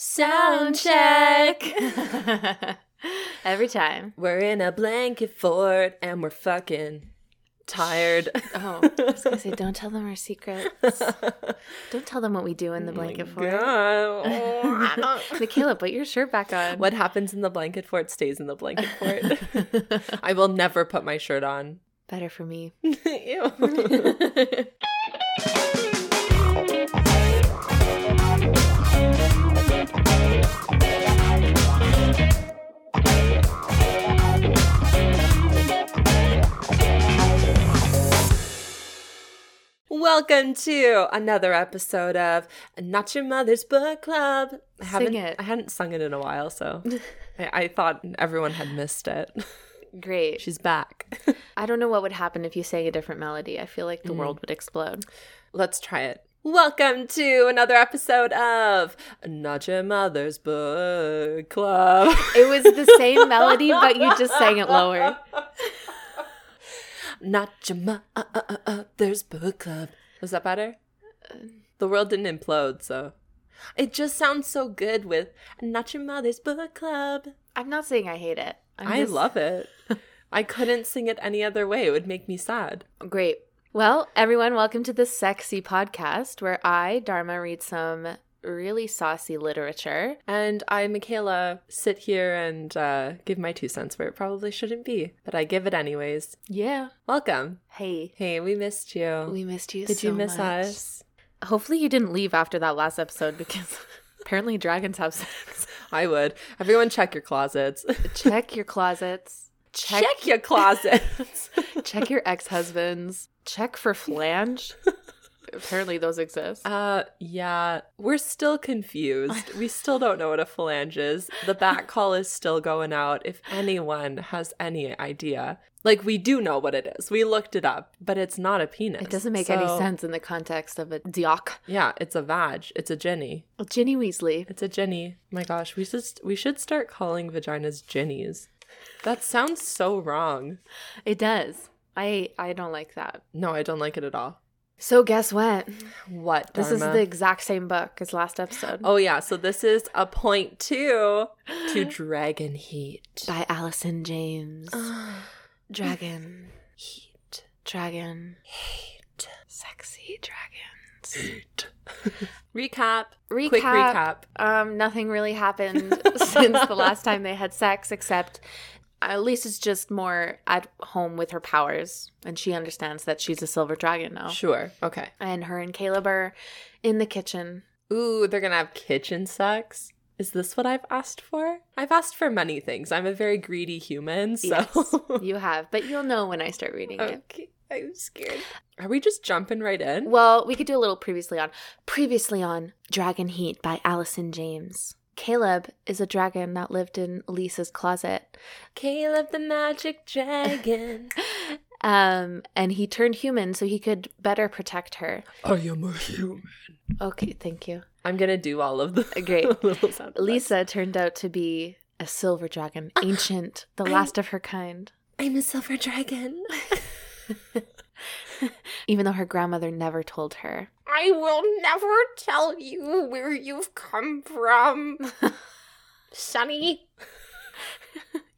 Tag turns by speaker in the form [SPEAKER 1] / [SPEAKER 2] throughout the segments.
[SPEAKER 1] Sound check.
[SPEAKER 2] Every time.
[SPEAKER 1] We're in a blanket fort and we're fucking tired.
[SPEAKER 2] Oh, I was gonna say, don't tell them our secrets. Don't tell them what we do in the blanket fort.
[SPEAKER 1] God.
[SPEAKER 2] Michaela, put your shirt back on.
[SPEAKER 1] what happens in the blanket fort stays in the blanket fort. I will never put my shirt on.
[SPEAKER 2] Better for me.
[SPEAKER 1] Ew. Welcome to another episode of Not Your Mother's Book Club. I haven't
[SPEAKER 2] it.
[SPEAKER 1] I hadn't sung it in a while, so I, I thought everyone had missed it.
[SPEAKER 2] Great.
[SPEAKER 1] She's back.
[SPEAKER 2] I don't know what would happen if you sang a different melody. I feel like the world would explode.
[SPEAKER 1] Let's try it. Welcome to another episode of Not Your Mother's Book Club.
[SPEAKER 2] It was the same melody, but you just sang it lower.
[SPEAKER 1] Not Your Mother's Book Club. Was that better? The world didn't implode, so. It just sounds so good with Not Your Mother's Book Club.
[SPEAKER 2] I'm not saying I hate it. I'm
[SPEAKER 1] I
[SPEAKER 2] just-
[SPEAKER 1] love it. I couldn't sing it any other way. It would make me sad.
[SPEAKER 2] Great. Well, everyone, welcome to this sexy podcast where I, Dharma, read some really saucy literature.
[SPEAKER 1] And I, Michaela, sit here and uh, give my two cents where it probably shouldn't be, but I give it anyways.
[SPEAKER 2] Yeah.
[SPEAKER 1] Welcome.
[SPEAKER 2] Hey,
[SPEAKER 1] Hey, we missed you.
[SPEAKER 2] we missed you.
[SPEAKER 1] Did you
[SPEAKER 2] so
[SPEAKER 1] miss
[SPEAKER 2] much.
[SPEAKER 1] us?
[SPEAKER 2] Hopefully, you didn't leave after that last episode because apparently dragons have sex.
[SPEAKER 1] I would. Everyone, check your closets.
[SPEAKER 2] Check your closets. Check
[SPEAKER 1] check your closets.
[SPEAKER 2] check your ex husbands. Check for flange. apparently, those exist.
[SPEAKER 1] uh, yeah, we're still confused. We still don't know what a phalange is. The back call is still going out. If anyone has any idea, like we do know what it is, we looked it up, but it's not a penis.
[SPEAKER 2] it doesn't make any
[SPEAKER 1] So-
[SPEAKER 2] sense in the context of a dioc.
[SPEAKER 1] Yeah, it's a vag. It's a Jenny.
[SPEAKER 2] Ginny Weasley.
[SPEAKER 1] It's a Jenny. My gosh, we should we should start calling vaginas Jennies. That sounds so wrong.
[SPEAKER 2] It does. I I don't like that.
[SPEAKER 1] No, I don't like it at all.
[SPEAKER 2] So guess what?
[SPEAKER 1] What?
[SPEAKER 2] This is
[SPEAKER 1] Dharma?
[SPEAKER 2] the exact same book as last episode.
[SPEAKER 1] Oh yeah, so this is a point two to Dragon Heat.
[SPEAKER 2] By Allison James. Dragon.
[SPEAKER 1] Heat.
[SPEAKER 2] Dragon. Hate. Sexy dragons.
[SPEAKER 1] Heat. recap.
[SPEAKER 2] Recap.
[SPEAKER 1] Quick recap.
[SPEAKER 2] Um, nothing really happened since the last time they had sex, except uh, Lisa's just more at home with her powers, and she understands that she's a silver dragon now.
[SPEAKER 1] Sure. Okay.
[SPEAKER 2] And her and Caleb are in the kitchen.
[SPEAKER 1] Ooh, they're gonna have kitchen sex. Is this what I've asked for? I've asked for many things. I'm a very greedy human, so
[SPEAKER 2] Yes, you have, but you'll know when I start
[SPEAKER 1] Oh.
[SPEAKER 2] reading it.
[SPEAKER 1] Okay, I'm scared. Are we just jumping right in?
[SPEAKER 2] Well, we could do a little previously on. Previously on Dragon Heat by Allison James. Caleb is a dragon that lived in Lisa's closet.
[SPEAKER 1] Caleb the magic dragon.
[SPEAKER 2] Um, and he turned human so he could better protect her.
[SPEAKER 1] I am a human.
[SPEAKER 2] Okay, thank you.
[SPEAKER 1] I'm gonna do all of the
[SPEAKER 2] Great.
[SPEAKER 1] little sound effects.
[SPEAKER 2] Lisa turned out to be a silver dragon, ancient, the
[SPEAKER 1] I'm-
[SPEAKER 2] last of her kind.
[SPEAKER 1] I'm a silver dragon.
[SPEAKER 2] Even though her grandmother never told her.
[SPEAKER 1] I will never tell you where you've come from, Sunny.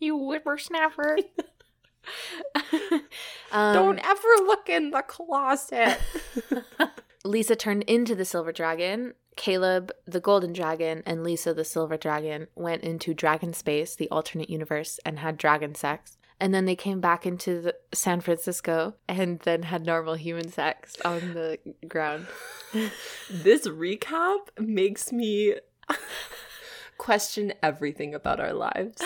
[SPEAKER 2] You whippersnapper. um,
[SPEAKER 1] Don't ever look in the closet.
[SPEAKER 2] Lisa turned into the silver dragon. Caleb, the golden dragon, and Lisa, the silver dragon, went into dragon space, the alternate universe, and had dragon sex. And then they came back into the San Francisco and then had normal human sex on the ground.
[SPEAKER 1] this recap makes me question everything about our lives.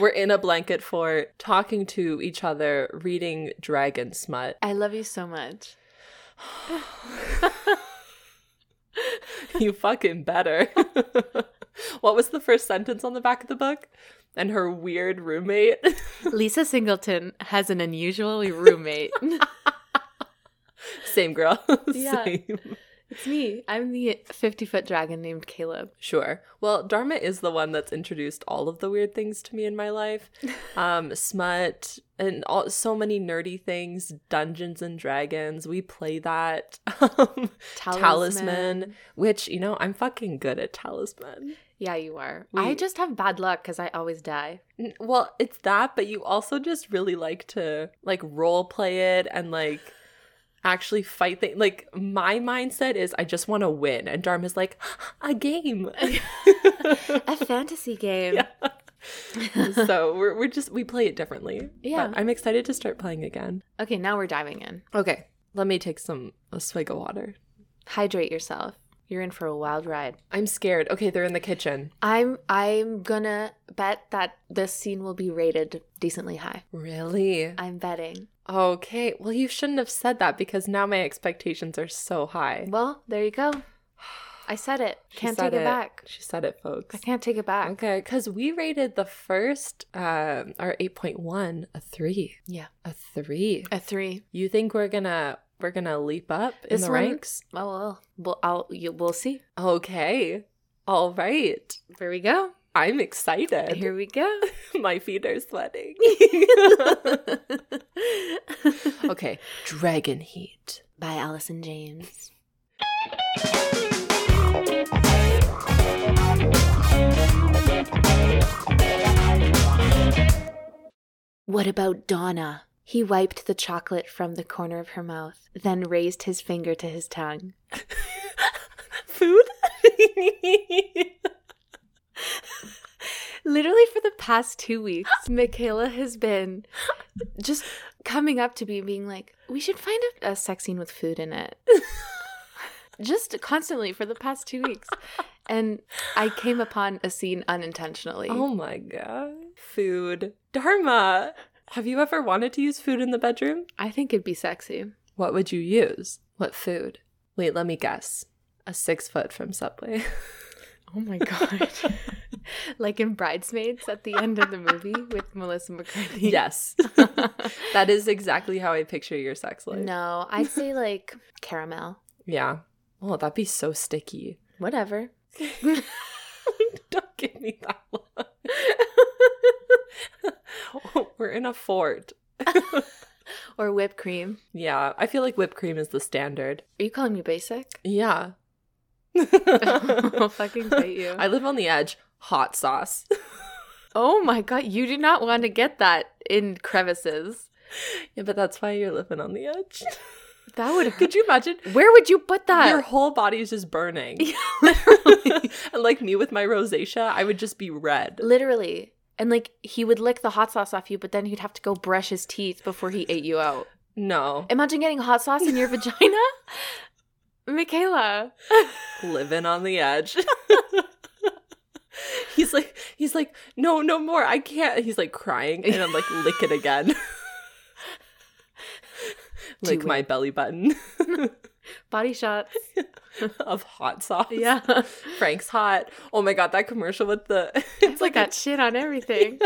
[SPEAKER 1] We're in a blanket fort, talking to each other, reading Dragon Smut.
[SPEAKER 2] I love you so much.
[SPEAKER 1] You fucking better. what was the first sentence on the back of the book? And her weird roommate.
[SPEAKER 2] Lisa Singleton has an unusually roommate.
[SPEAKER 1] Same girl.
[SPEAKER 2] Yeah.
[SPEAKER 1] Same.
[SPEAKER 2] it's me. I'm the 50 foot dragon named Caleb.
[SPEAKER 1] Sure. Well, Dharma is the one that's introduced all of the weird things to me in my life. Um, smut, and all, so many nerdy things dungeons and dragons we play that um, talisman. which you know i'm fucking good at talisman
[SPEAKER 2] Yeah, you are.
[SPEAKER 1] We-
[SPEAKER 2] I just have bad luck because I always die.
[SPEAKER 1] N- well it's that but you also just really like to like role play it and like actually fight things like my mindset is i just want to win and dharma's like a game
[SPEAKER 2] A fantasy game.
[SPEAKER 1] Yeah. so we're, we're just we play it differently
[SPEAKER 2] Yeah.
[SPEAKER 1] but i'm excited to start playing again
[SPEAKER 2] Okay, now we're diving in.
[SPEAKER 1] okay let me take some a swig of water
[SPEAKER 2] Hydrate yourself. You're in for a wild ride.
[SPEAKER 1] I'm scared. Okay, they're in the kitchen.
[SPEAKER 2] I'm I'm gonna bet that this scene will be rated decently high.
[SPEAKER 1] Really?
[SPEAKER 2] I'm betting.
[SPEAKER 1] Okay. Well, you shouldn't have said that because now my expectations are so high.
[SPEAKER 2] Well, there you go. I said it.
[SPEAKER 1] She
[SPEAKER 2] Can't
[SPEAKER 1] said
[SPEAKER 2] take it, back.
[SPEAKER 1] She said it, folks.
[SPEAKER 2] I can't take it back.
[SPEAKER 1] Okay, because we rated the first, um, our 8.1, a three.
[SPEAKER 2] Yeah.
[SPEAKER 1] A three.
[SPEAKER 2] A three.
[SPEAKER 1] You think we're gonna we're gonna leap up in
[SPEAKER 2] This
[SPEAKER 1] the
[SPEAKER 2] one-
[SPEAKER 1] ranks?
[SPEAKER 2] Oh well. Well, I'll. You, we'll see.
[SPEAKER 1] Okay. All right.
[SPEAKER 2] There we go.
[SPEAKER 1] I'm excited.
[SPEAKER 2] Here we go.
[SPEAKER 1] my feet are sweating. okay. Dragon heat.
[SPEAKER 2] By Allison James. What about Donna? He wiped the chocolate from the corner of her mouth, then raised his finger to his tongue.
[SPEAKER 1] Food?
[SPEAKER 2] Literally for the past two weeks, Michaela has been just coming up to me and being like, we should find a, a sex scene with food in it. just constantly for the past two weeks. And I came upon a scene unintentionally.
[SPEAKER 1] oh my god. Food. Dharma, have you ever wanted to use food in the bedroom?
[SPEAKER 2] I think it'd be sexy.
[SPEAKER 1] What would you use? What food? Wait, let me guess. A six foot from Subway.
[SPEAKER 2] Oh my God. like in Bridesmaids at the end of the movie with Melissa McCarthy.
[SPEAKER 1] yes. that is exactly how I picture your sex life.
[SPEAKER 2] no, I'd say like caramel.
[SPEAKER 1] Yeah. Oh, that'd be so sticky.
[SPEAKER 2] Whatever.
[SPEAKER 1] Don't give me that look. We're in a fort.
[SPEAKER 2] Or whipped cream.
[SPEAKER 1] Yeah, I feel like whipped cream is the standard.
[SPEAKER 2] Are you calling me basic?
[SPEAKER 1] Yeah.
[SPEAKER 2] I'll fucking hate you.
[SPEAKER 1] I live on the edge. Hot sauce.
[SPEAKER 2] oh my god, you do not want to get that in crevices.
[SPEAKER 1] yeah, but that's why you're living on the edge.
[SPEAKER 2] That would hurt.
[SPEAKER 1] Could you imagine?
[SPEAKER 2] Where would you put that?
[SPEAKER 1] Your whole body is just burning.
[SPEAKER 2] Yeah,
[SPEAKER 1] literally. and like me with my rosacea, I would just be red.
[SPEAKER 2] Literally. And like he would lick the hot sauce off you, but then he'd have to go brush his teeth before he ate you out.
[SPEAKER 1] No.
[SPEAKER 2] Imagine getting hot sauce in your vagina. Michaela.
[SPEAKER 1] living on the edge. he's like he's like, no, no more. I can't. He's like crying and I'm like lick it again. lick
[SPEAKER 2] it.
[SPEAKER 1] my belly button
[SPEAKER 2] Body shots.
[SPEAKER 1] of hot sauce.
[SPEAKER 2] Yeah.
[SPEAKER 1] Frank's hot. Oh my god, that commercial with the
[SPEAKER 2] It's like that shit on everything.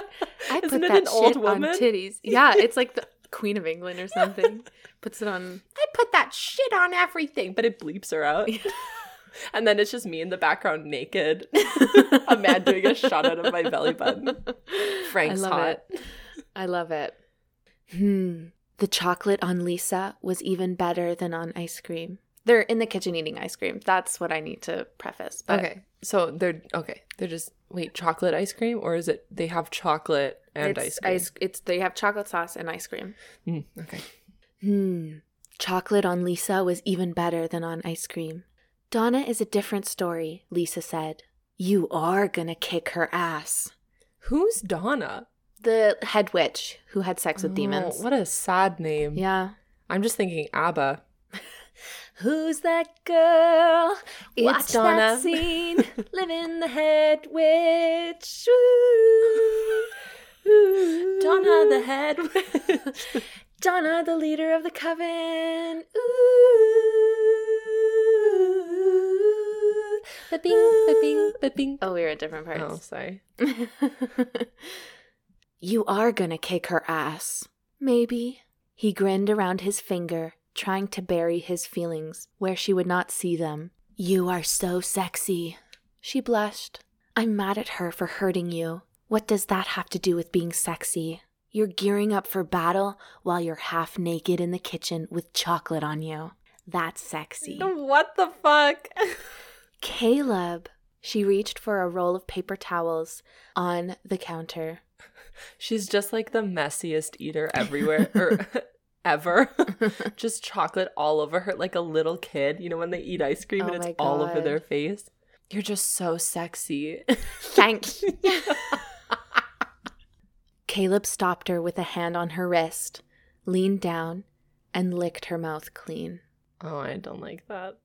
[SPEAKER 2] I put
[SPEAKER 1] Isn't it
[SPEAKER 2] that
[SPEAKER 1] an old
[SPEAKER 2] shit
[SPEAKER 1] woman?
[SPEAKER 2] on titties. Yeah, it's like the Queen of England or something. Puts it on
[SPEAKER 1] I put that shit on everything, but it bleeps her out. and then it's just me in the background naked. a man doing a shot out of my belly button. Frank's
[SPEAKER 2] I love
[SPEAKER 1] hot.
[SPEAKER 2] it. I love it. Hmm. The chocolate on Lisa was even better than on ice cream. They're in the kitchen eating ice cream. That's what I need to preface. But
[SPEAKER 1] Okay. So they're okay. They're just wait, chocolate ice cream or is it they have chocolate and
[SPEAKER 2] it's
[SPEAKER 1] ice cream?
[SPEAKER 2] it's they have chocolate sauce and ice cream.
[SPEAKER 1] Mm, okay.
[SPEAKER 2] Hmm. Chocolate on Lisa was even better than on ice cream. Donna is a different story, Lisa said. You are gonna kick her ass.
[SPEAKER 1] Who's Donna?
[SPEAKER 2] The head witch who had sex with
[SPEAKER 1] Oh,
[SPEAKER 2] demons.
[SPEAKER 1] What a sad name.
[SPEAKER 2] Yeah.
[SPEAKER 1] I'm just thinking ABBA.
[SPEAKER 2] Who's that girl? It's
[SPEAKER 1] Watch that
[SPEAKER 2] Donna.
[SPEAKER 1] scene,
[SPEAKER 2] live in the head witch.
[SPEAKER 1] Donna the head. witch.
[SPEAKER 2] Donna, the leader of the coven.
[SPEAKER 1] Ba-bing, ba-bing, ba-bing.
[SPEAKER 2] Oh, we were at different
[SPEAKER 1] Ah, Oh,
[SPEAKER 2] parts.
[SPEAKER 1] sorry.
[SPEAKER 2] you are gonna kick her ass. Maybe. He grinned around his finger, trying to bury his feelings where she would not see them. You are so sexy. She blushed. I'm mad at her for hurting you. What does that have to do with being sexy? You're gearing up for battle while you're half naked in the kitchen with chocolate on you. That's sexy.
[SPEAKER 1] What the fuck?
[SPEAKER 2] Caleb. She reached for a roll of paper towels on the counter.
[SPEAKER 1] She's just like the messiest eater everywhere or ever. just chocolate all over her like a little kid. You know when they eat ice cream
[SPEAKER 2] Oh
[SPEAKER 1] and
[SPEAKER 2] my
[SPEAKER 1] it's all over
[SPEAKER 2] God.
[SPEAKER 1] their face. You're just so sexy.
[SPEAKER 2] Thanks. Caleb stopped her with a hand on her wrist, leaned down, and licked her mouth clean.
[SPEAKER 1] Oh, I don't like that.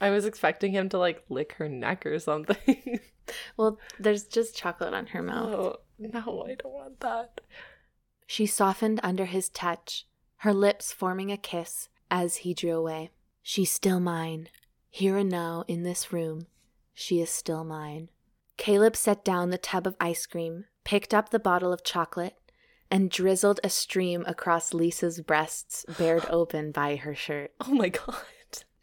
[SPEAKER 1] I was expecting him to like lick her neck or something.
[SPEAKER 2] Well, there's just chocolate on her mouth.
[SPEAKER 1] Oh, no, I don't want that.
[SPEAKER 2] She softened under his touch, her lips forming a kiss as he drew away. She's still mine. Here and now in this room, she is still mine. Caleb set down the tub of ice cream, picked up the bottle of chocolate, and drizzled a stream across Lisa's breasts, bared open by her shirt.
[SPEAKER 1] Oh my god.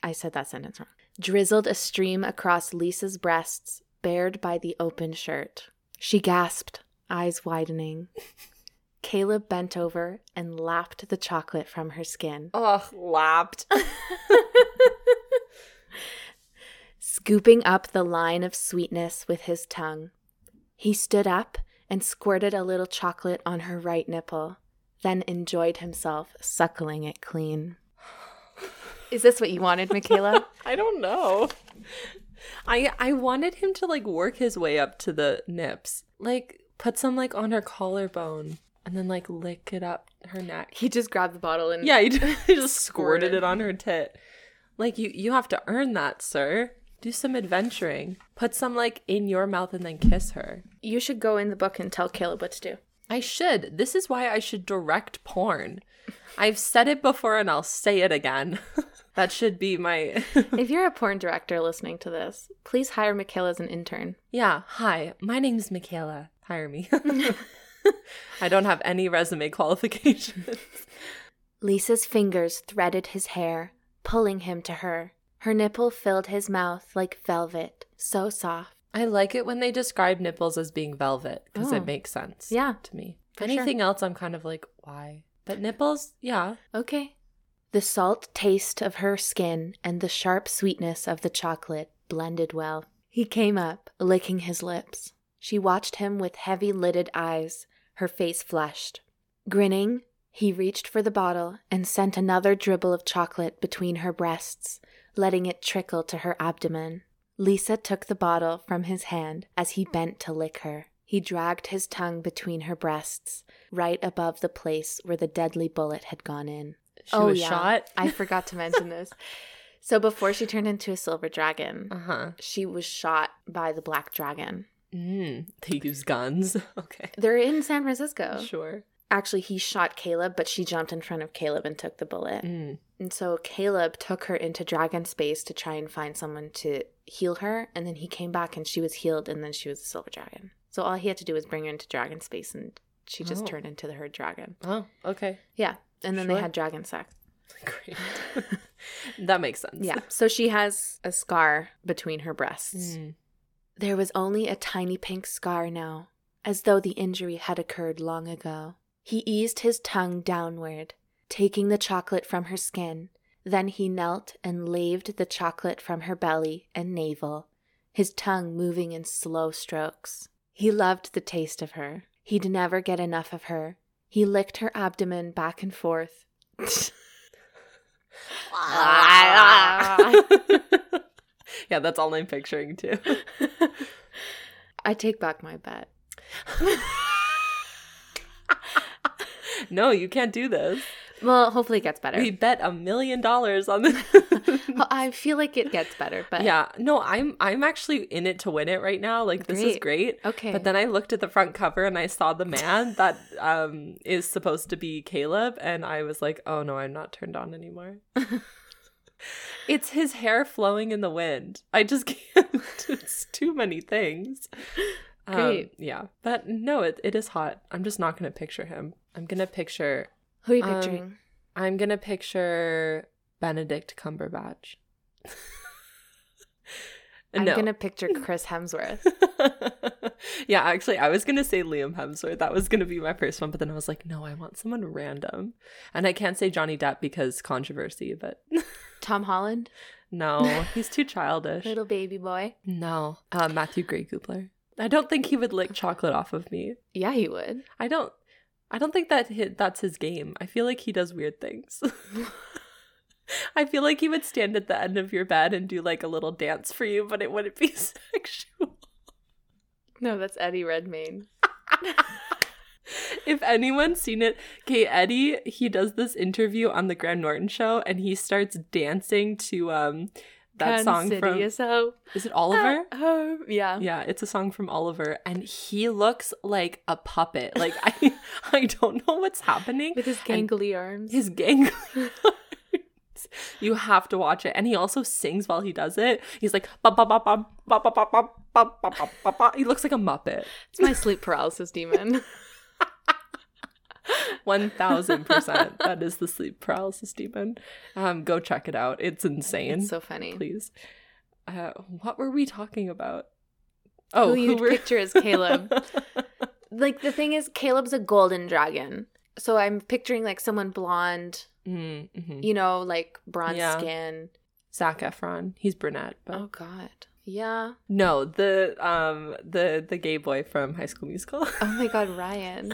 [SPEAKER 2] I said that sentence wrong. Drizzled a stream across Lisa's breasts, bared by the open shirt. She gasped, eyes widening. Caleb bent over and lapped the chocolate from her skin,
[SPEAKER 1] Ugh, lapped.
[SPEAKER 2] scooping up the line of sweetness with his tongue. He stood up and squirted a little chocolate on her right nipple, then enjoyed himself suckling it clean. Is this what you wanted, Michaela?
[SPEAKER 1] I don't know. I I wanted him to like work his way up to the nips. Like put some like on her collarbone and then like lick it up her neck.
[SPEAKER 2] he just grabbed the bottle and
[SPEAKER 1] Yeah, he just, he just squirted
[SPEAKER 2] Mm. Squirted.
[SPEAKER 1] it on her tit. Like you you have to earn that, sir. Do some adventuring. Put some like in your mouth and then kiss her.
[SPEAKER 2] You should go in the book and tell Caleb what to do.
[SPEAKER 1] I should. This is why I should direct porn. I've said it before and I'll say it again. that should be my
[SPEAKER 2] if you're a porn director listening to this, please hire Michaela as an intern.
[SPEAKER 1] Yeah, hi. My name's Michaela. Hire me. I don't have any resume qualifications.
[SPEAKER 2] Lisa's fingers threaded his hair, pulling him to her. Her nipple filled his mouth like velvet, so soft.
[SPEAKER 1] I like it when they describe nipples as being velvet because
[SPEAKER 2] Oh.
[SPEAKER 1] it makes sense.
[SPEAKER 2] Yeah,
[SPEAKER 1] to me.
[SPEAKER 2] for sure.
[SPEAKER 1] Anything else, I'm kind of like, why? But nipples, yeah.
[SPEAKER 2] Okay. The salt taste of her skin and the sharp sweetness of the chocolate blended well. He came up, licking his lips. She watched him with heavy lidded eyes, her face flushed. Grinning, he reached for the bottle and sent another dribble of chocolate between her breasts, letting it trickle to her abdomen. Lisa took the bottle from his hand as he bent to lick her. He dragged his tongue between her breasts, right above the place where the deadly bullet had gone in.
[SPEAKER 1] She was shot.
[SPEAKER 2] Oh, I forgot to mention this. So before she turned into a silver dragon,
[SPEAKER 1] Uh huh.
[SPEAKER 2] she was shot by the black dragon.
[SPEAKER 1] Mm, they use guns. Okay.
[SPEAKER 2] They're in San Francisco.
[SPEAKER 1] Sure.
[SPEAKER 2] Actually, he shot Caleb, but she jumped in front of Caleb and took the bullet.
[SPEAKER 1] Mm.
[SPEAKER 2] And so Caleb took her into dragon space to try and find someone to heal her. And then he came back and she was healed and then she was a silver dragon. So all he had to do was bring her into dragon space and she just
[SPEAKER 1] Oh.
[SPEAKER 2] turned into her dragon.
[SPEAKER 1] Oh, okay.
[SPEAKER 2] Yeah. And then they
[SPEAKER 1] Sure.
[SPEAKER 2] had dragon sex.
[SPEAKER 1] Great. that makes sense.
[SPEAKER 2] Yeah. So she has a scar between her breasts.
[SPEAKER 1] Mm.
[SPEAKER 2] There was only a tiny pink scar now, as though the injury had occurred long ago. He eased his tongue downward, taking the chocolate from her skin. Then he knelt and laved the chocolate from her belly and navel, his tongue moving in slow strokes. He loved the taste of her. He'd never get enough of her. He licked her abdomen back and forth.
[SPEAKER 1] Ah. yeah, that's all I'm picturing too.
[SPEAKER 2] I take back my bet.
[SPEAKER 1] No, you can't do this.
[SPEAKER 2] Well, hopefully it gets better.
[SPEAKER 1] We bet a million dollars on this.
[SPEAKER 2] Well, I feel like it gets better, but
[SPEAKER 1] yeah, no, I'm I'm actually in it to win it right now. Like this is
[SPEAKER 2] Great.
[SPEAKER 1] great.
[SPEAKER 2] Okay.
[SPEAKER 1] But then I looked at the front cover and I saw the man that um is supposed to be Caleb and I was like, "Oh no, I'm not turned on anymore." it's his hair flowing in the wind. I just can't. it's too many things. Um,
[SPEAKER 2] Great.
[SPEAKER 1] yeah. But no, it, it is hot. I'm just not going to picture him. I'm going to picture
[SPEAKER 2] who are you
[SPEAKER 1] um,
[SPEAKER 2] picturing?
[SPEAKER 1] I'm going to picture Benedict Cumberbatch.
[SPEAKER 2] I'm
[SPEAKER 1] no.
[SPEAKER 2] gonna picture Chris Hemsworth.
[SPEAKER 1] yeah, actually, I was gonna say Liam Hemsworth. That was gonna be my first one, but then I was like, no, I want someone random, and I can't say Johnny Depp because controversy. But
[SPEAKER 2] Tom Holland,
[SPEAKER 1] no, he's too childish.
[SPEAKER 2] little baby boy.
[SPEAKER 1] No, uh, Matthew Gray Goobler. I don't think he would lick chocolate off of me.
[SPEAKER 2] Yeah, he would.
[SPEAKER 1] I don't. I don't think that hi that's his game. I feel like he does weird things. I feel like he would stand at the end of your bed and do like a little dance for you, but it wouldn't be sexual.
[SPEAKER 2] No, that's Eddie Redmayne.
[SPEAKER 1] If anyone's seen it, okay, Eddie, he does this interview on the Graham Norton show and he starts dancing to um that
[SPEAKER 2] Kansas
[SPEAKER 1] song
[SPEAKER 2] City
[SPEAKER 1] from
[SPEAKER 2] is Ah. home.
[SPEAKER 1] Is it Oliver?
[SPEAKER 2] At home. Yeah.
[SPEAKER 1] Yeah, it's a song from Oliver, and he looks like a puppet. Like I, I don't know what's happening.
[SPEAKER 2] With his
[SPEAKER 1] And
[SPEAKER 2] gangly arms.
[SPEAKER 1] His gang. you have to watch it, and he also sings while he does it. He's like ba ba ba ba ba ba ba ba ba ba ba ba. ba. He looks like a muppet.
[SPEAKER 2] it's my sleep paralysis demon.
[SPEAKER 1] One thousand percent. That is the sleep paralysis demon. Um, go check it out. It's insane.
[SPEAKER 2] it's so funny.
[SPEAKER 1] Please. Uh, what were we talking about? Oh,
[SPEAKER 2] who you'd
[SPEAKER 1] were-
[SPEAKER 2] picture as Caleb. like the thing is, Caleb's a golden dragon. So I'm picturing like someone blonde,
[SPEAKER 1] Mm, mhm.
[SPEAKER 2] you know, like bronze
[SPEAKER 1] Yeah.
[SPEAKER 2] skin.
[SPEAKER 1] Zac Efron. He's brunette, but
[SPEAKER 2] Oh God. Yeah.
[SPEAKER 1] no, the um the the gay boy from High School Musical.
[SPEAKER 2] Oh my God, Ryan.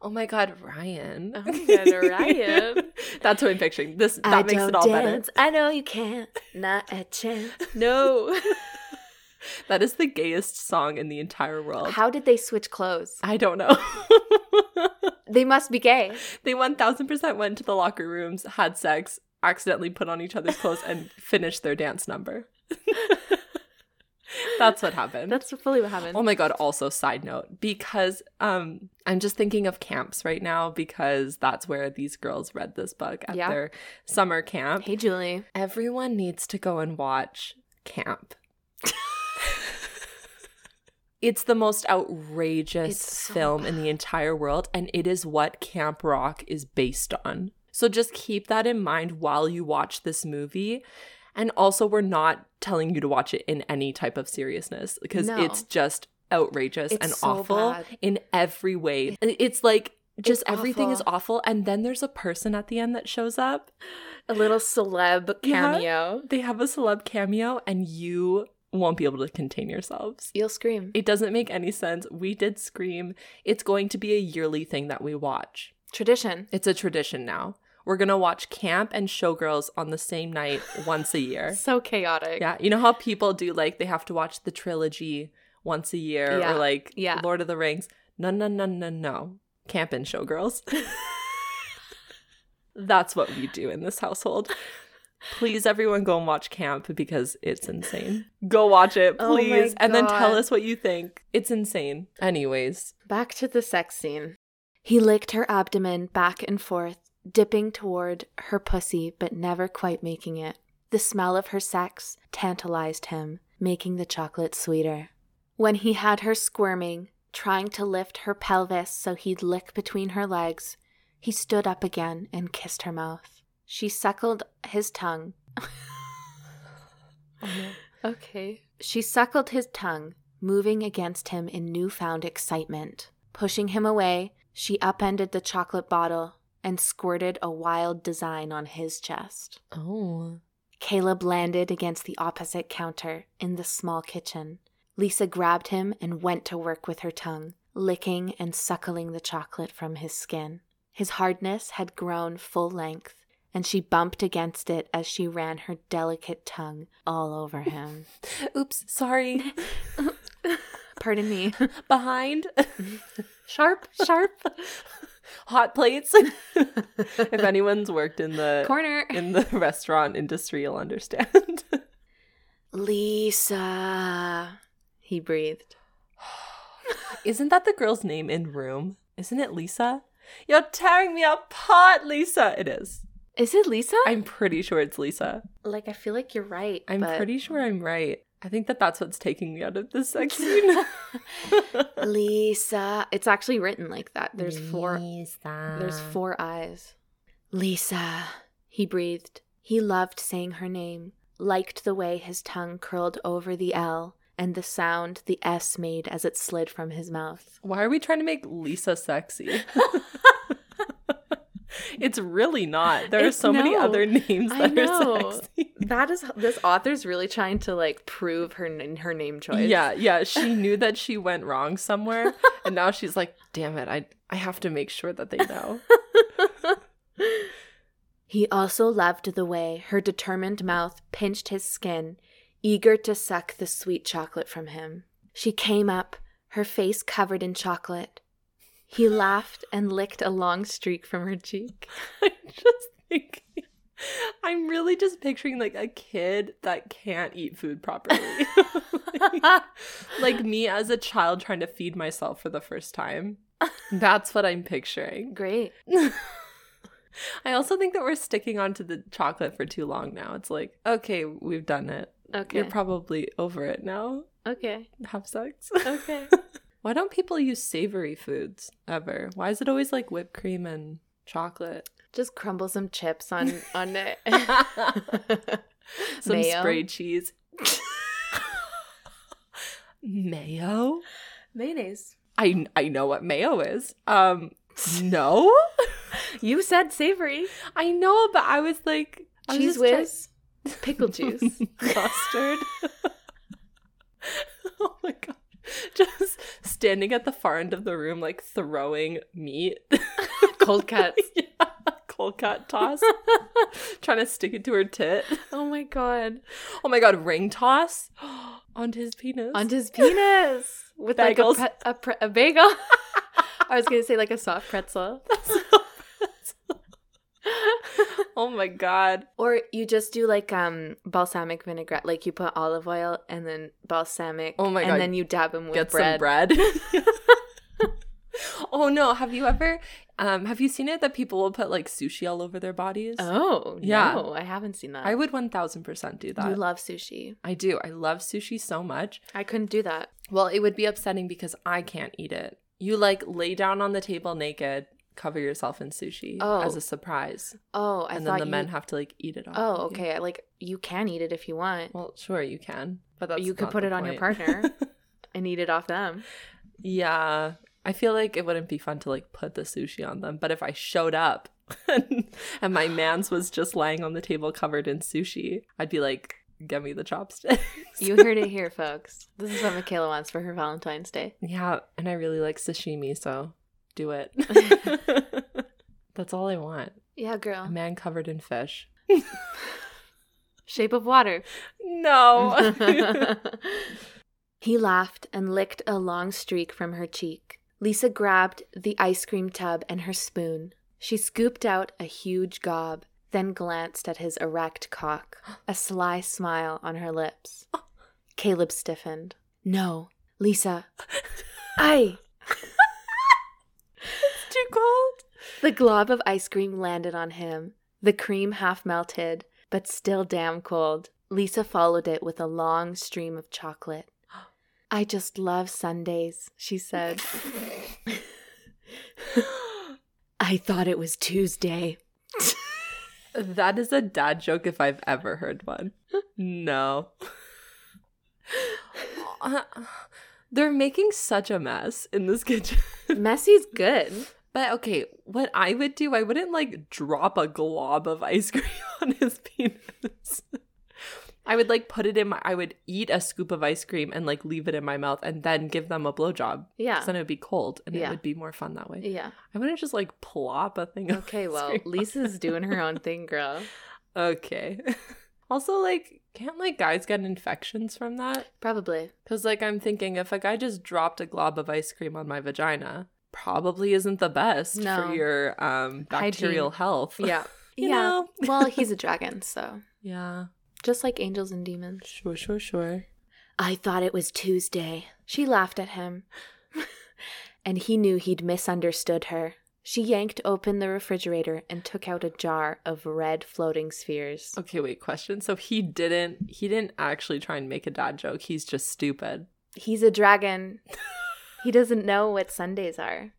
[SPEAKER 1] oh my God, Ryan.
[SPEAKER 2] Oh my God, Ryan.
[SPEAKER 1] That's what I'm picturing. This that makes it all better.
[SPEAKER 2] I know you can't. Not a chance. No.
[SPEAKER 1] That is the gayest song in the entire world.
[SPEAKER 2] How did they switch clothes?
[SPEAKER 1] I don't know.
[SPEAKER 2] They must be gay.
[SPEAKER 1] they one thousand percent went to the locker rooms, had sex, accidentally put on each other's clothes, and finished their dance number. That's what happened.
[SPEAKER 2] That's fully what happened.
[SPEAKER 1] Oh my god, also side note because um I'm just thinking of camps right now because that's where these girls read this book at
[SPEAKER 2] Yeah.
[SPEAKER 1] their summer camp.
[SPEAKER 2] Hey, Julie.
[SPEAKER 1] Everyone needs to go and watch Camp. it's the most outrageous
[SPEAKER 2] It's so
[SPEAKER 1] film in the entire world and it is what Camp Rock is based on. So just keep that in mind while you watch this movie. And also we're not telling you to watch it in any type of seriousness because
[SPEAKER 2] No.
[SPEAKER 1] it's just outrageous
[SPEAKER 2] It's
[SPEAKER 1] and
[SPEAKER 2] so
[SPEAKER 1] awful
[SPEAKER 2] bad.
[SPEAKER 1] in every way. It's like just
[SPEAKER 2] It's
[SPEAKER 1] everything is awful and then there's a person at the end that shows up
[SPEAKER 2] A little celeb
[SPEAKER 1] Yeah.
[SPEAKER 2] cameo.
[SPEAKER 1] they have a celeb cameo and you won't be able to contain yourselves.
[SPEAKER 2] You'll scream.
[SPEAKER 1] It doesn't make any sense. We did Scream. It's going to be a yearly thing that we watch.
[SPEAKER 2] Tradition.
[SPEAKER 1] It's a tradition now. We're going to watch Camp and Showgirls on the same night once a year.
[SPEAKER 2] So chaotic.
[SPEAKER 1] Yeah. You know how people do like they have to watch the trilogy once a year
[SPEAKER 2] Yeah,
[SPEAKER 1] or like
[SPEAKER 2] yeah.
[SPEAKER 1] Lord of the Rings? No, no, no, no, no. Camp and Showgirls. That's what we do in this household. Please, everyone, go and watch Camp because it's insane. Go watch it,
[SPEAKER 2] Oh my
[SPEAKER 1] please. and then tell
[SPEAKER 2] God.
[SPEAKER 1] us what you think. It's insane. Anyways,
[SPEAKER 2] Back to the sex scene. He licked her abdomen back and forth, dipping toward her pussy, but never quite making it. The smell of her sex tantalized him, making the chocolate sweeter. When he had her squirming, trying to lift her pelvis so he'd lick between her legs, he stood up again and kissed her mouth. She suckled his tongue. Okay. She suckled his tongue, moving against him in newfound excitement. Pushing him away, she upended the chocolate bottle and squirted a wild design on his chest.
[SPEAKER 1] oh,
[SPEAKER 2] Caleb landed against the opposite counter in the small kitchen. Lisa grabbed him and went to work with her tongue, licking and suckling the chocolate from his skin. His hardness had grown full length, and she bumped against it as she ran her delicate tongue all over him.
[SPEAKER 1] oops, sorry,
[SPEAKER 2] Pardon me.
[SPEAKER 1] behind.
[SPEAKER 2] Sharp, sharp
[SPEAKER 1] Hot plates. if anyone's worked in the
[SPEAKER 2] corner.
[SPEAKER 1] in the restaurant industry, you'll understand.
[SPEAKER 2] Lisa, he breathed.
[SPEAKER 1] Isn't that the girl's name in Room? Isn't it Lisa? You're tearing me apart, Lisa. It is.
[SPEAKER 2] Is it Lisa?
[SPEAKER 1] I'm pretty sure it's Lisa.
[SPEAKER 2] like, I feel like you're right.
[SPEAKER 1] I'm
[SPEAKER 2] but-
[SPEAKER 1] pretty sure I'm right. I think that that's what's taking me out of this sex scene.
[SPEAKER 2] Lisa. It's actually written like that. There's four There's four eyes. Lisa, he breathed. He loved saying her name, liked the way his tongue curled over the L and the sound the S made as it slid from his mouth.
[SPEAKER 1] Why are we trying to make Lisa sexy? it's really not. There are
[SPEAKER 2] It's
[SPEAKER 1] so many
[SPEAKER 2] no.
[SPEAKER 1] other names
[SPEAKER 2] I
[SPEAKER 1] that
[SPEAKER 2] know.
[SPEAKER 1] are sexy.
[SPEAKER 2] That is this author's really trying to like prove her n- her name choice.
[SPEAKER 1] Yeah, yeah. She knew that she went wrong somewhere, and now she's like, "Damn it! I I have to make sure that they know."
[SPEAKER 2] He also loved the way her determined mouth pinched his skin, eager to suck the sweet chocolate from him. She came up, her face covered in chocolate. He laughed and licked a long streak from her cheek.
[SPEAKER 1] I'm just thinking. I'm really just picturing like a kid that can't eat food properly. like me as a child trying to feed myself for the first time. That's what I'm picturing.
[SPEAKER 2] Great.
[SPEAKER 1] I also think that we're sticking onto the chocolate for too long now. It's like, okay, we've done it.
[SPEAKER 2] Okay.
[SPEAKER 1] You're probably over it now.
[SPEAKER 2] okay.
[SPEAKER 1] Have sex.
[SPEAKER 2] Okay.
[SPEAKER 1] Why don't people use savory foods ever? Why is it always like whipped cream and chocolate?
[SPEAKER 2] Just crumble some chips on on it.
[SPEAKER 1] Some
[SPEAKER 2] Mayo.
[SPEAKER 1] spray cheese. mayo?
[SPEAKER 2] Mayonnaise.
[SPEAKER 1] I I know what mayo is. Um no?
[SPEAKER 2] You said savory.
[SPEAKER 1] I know, but I was like I was
[SPEAKER 2] Cheese
[SPEAKER 1] just try-
[SPEAKER 2] whiz. Pickle juice.
[SPEAKER 1] mustard. oh my god. Just standing at the far end of the room like throwing meat.
[SPEAKER 2] Cold cuts.
[SPEAKER 1] yeah. Cold cut toss. Trying to stick it to her tit.
[SPEAKER 2] Oh my god.
[SPEAKER 1] Oh my god, ring toss onto his penis.
[SPEAKER 2] on his penis with like a,
[SPEAKER 1] Bagels.
[SPEAKER 2] pre- a, pre- a bagel. I was gonna say like a soft pretzel,
[SPEAKER 1] oh my god.
[SPEAKER 2] or you just do like um balsamic vinaigrette. Like you put olive oil and then balsamic.
[SPEAKER 1] Oh my
[SPEAKER 2] and
[SPEAKER 1] God.
[SPEAKER 2] then you dab him with
[SPEAKER 1] Get
[SPEAKER 2] bread.
[SPEAKER 1] some bread. oh no, have you ever um have you seen it that people will put like sushi all over their bodies?
[SPEAKER 2] Oh
[SPEAKER 1] Yeah.
[SPEAKER 2] yeah, no, I haven't seen that.
[SPEAKER 1] I would 1000% do
[SPEAKER 2] You
[SPEAKER 1] that.
[SPEAKER 2] love sushi.
[SPEAKER 1] I do. I love sushi so much.
[SPEAKER 2] I couldn't do that.
[SPEAKER 1] Well, it would be upsetting because I can't eat it. You like lay down on the table naked, cover yourself in sushi
[SPEAKER 2] Oh.
[SPEAKER 1] as a surprise,
[SPEAKER 2] Oh, I
[SPEAKER 1] and
[SPEAKER 2] thought
[SPEAKER 1] then the
[SPEAKER 2] you.
[SPEAKER 1] men have to like eat it off.
[SPEAKER 2] oh,
[SPEAKER 1] of you.
[SPEAKER 2] okay. I Like you can eat it if you want,
[SPEAKER 1] Well, sure you can, but that's
[SPEAKER 2] you could
[SPEAKER 1] not
[SPEAKER 2] put
[SPEAKER 1] the
[SPEAKER 2] it on your
[SPEAKER 1] point.
[SPEAKER 2] partner and eat it off them.
[SPEAKER 1] Yeah. I feel like it wouldn't be fun to like put the sushi on them, but if I showed up and, and my man's was just lying on the table covered in sushi, I'd be like, "Get me the chopsticks."
[SPEAKER 2] You heard it here, folks. This is what Michaela wants for her Valentine's Day.
[SPEAKER 1] yeah, and I really like sashimi, so do it. That's all I want.
[SPEAKER 2] Yeah,
[SPEAKER 1] A
[SPEAKER 2] girl.
[SPEAKER 1] man covered in fish.
[SPEAKER 2] Shape of water.
[SPEAKER 1] No.
[SPEAKER 2] he laughed and licked a long streak from her cheek. Lisa grabbed the ice cream tub and her spoon. She scooped out a huge gob, then glanced at his erect cock, a sly smile on her lips. Caleb stiffened. No, Lisa. I.
[SPEAKER 1] Too cold.
[SPEAKER 2] The glob of ice cream landed on him, the cream half melted, but still damn cold. Lisa followed it with a long stream of chocolate. I just love Sundays, she said. I thought it was Tuesday.
[SPEAKER 1] That is a dad joke if I've ever heard one. No. They're making such a mess in this kitchen.
[SPEAKER 2] Messy's good.
[SPEAKER 1] But okay, what I would do, I wouldn't like drop a glob of ice cream on his penis. I would like put it in my I would eat a scoop of ice cream and like leave it in my mouth and then give them a blowjob. 'Cause
[SPEAKER 2] Yeah.
[SPEAKER 1] Then it would be cold and
[SPEAKER 2] Yeah.
[SPEAKER 1] it would be more fun that way.
[SPEAKER 2] Yeah.
[SPEAKER 1] I wouldn't just like plop a thing of
[SPEAKER 2] Okay,
[SPEAKER 1] ice
[SPEAKER 2] well,
[SPEAKER 1] cream on
[SPEAKER 2] Lisa's doing her own thing, girl.
[SPEAKER 1] Okay. also, like, can't like guys get infections from that?
[SPEAKER 2] Probably.
[SPEAKER 1] Because, like, I'm thinking if a guy just dropped a glob of ice cream on my vagina, probably isn't the best
[SPEAKER 2] No.
[SPEAKER 1] for your um, bacterial health.
[SPEAKER 2] Yeah.
[SPEAKER 1] You
[SPEAKER 2] yeah.
[SPEAKER 1] know?
[SPEAKER 2] well, he's a dragon, so
[SPEAKER 1] Yeah.
[SPEAKER 2] just like angels and demons.
[SPEAKER 1] Sure, sure, sure.
[SPEAKER 2] I thought it was Tuesday. She laughed at him. and he knew he'd misunderstood her. She yanked open the refrigerator and took out a jar of red floating spheres.
[SPEAKER 1] Okay, wait, question. So he didn't he didn't actually try and make a dad joke. He's just stupid.
[SPEAKER 2] He's a dragon. he doesn't know what Sundays are.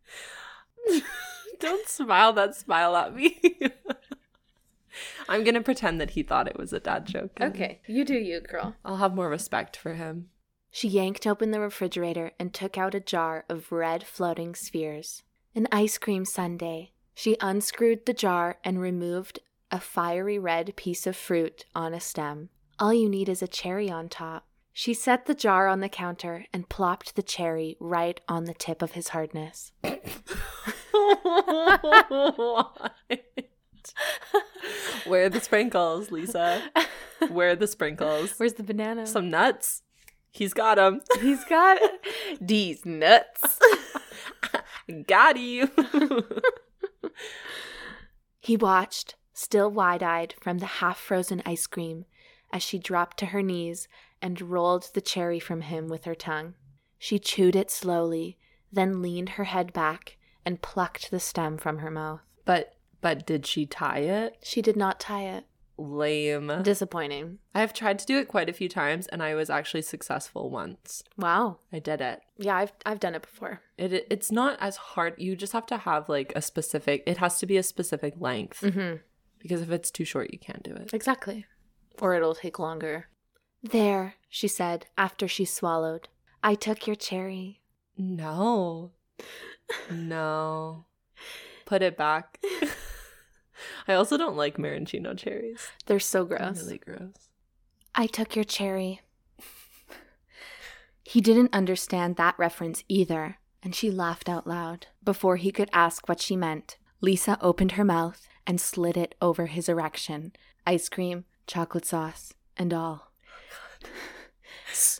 [SPEAKER 1] Don't smile that smile at me. I'm gonna pretend that he thought it was a dad joke. and
[SPEAKER 2] you do you, girl.
[SPEAKER 1] I'll have more respect for him.
[SPEAKER 2] She yanked open the refrigerator and took out a jar of red floating spheres. An ice cream sundae. She unscrewed the jar and removed a fiery red piece of fruit on a stem. All you need is a cherry on top. She set the jar on the counter and plopped the cherry right on the tip of his hardness.
[SPEAKER 1] Where are the sprinkles, Lisa? Where are the sprinkles?
[SPEAKER 2] Where's the banana?
[SPEAKER 1] Some nuts. He's got them.
[SPEAKER 2] He's got these nuts.
[SPEAKER 1] Got you.
[SPEAKER 2] He watched, still wide eyed from the half frozen ice cream, as she dropped to her knees and rolled the cherry from him with her tongue. She chewed it slowly, then leaned her head back and plucked the stem from her mouth.
[SPEAKER 1] but but did she tie it?
[SPEAKER 2] She did not tie it. Uh.
[SPEAKER 1] Lame.
[SPEAKER 2] Disappointing.
[SPEAKER 1] I've tried to do it quite a few times and I was actually successful once.
[SPEAKER 2] Wow.
[SPEAKER 1] I did it.
[SPEAKER 2] Yeah, I've I've done it before.
[SPEAKER 1] It it's not as hard. You just have to have like a specific it has to be a specific length
[SPEAKER 2] Mm-hmm.
[SPEAKER 1] because if it's too short you can't do it.
[SPEAKER 2] Exactly. Or it'll take longer. There, she said after she swallowed. I took your cherry.
[SPEAKER 1] No. No. Put it back. I also don't like maraschino cherries.
[SPEAKER 2] They're so
[SPEAKER 1] They're
[SPEAKER 2] gross.
[SPEAKER 1] Really gross.
[SPEAKER 2] I took your cherry. he didn't understand that reference either, and she laughed out loud. Before he could ask what she meant, Lisa opened her mouth and slid it over his erection ice cream, chocolate sauce, and all. S-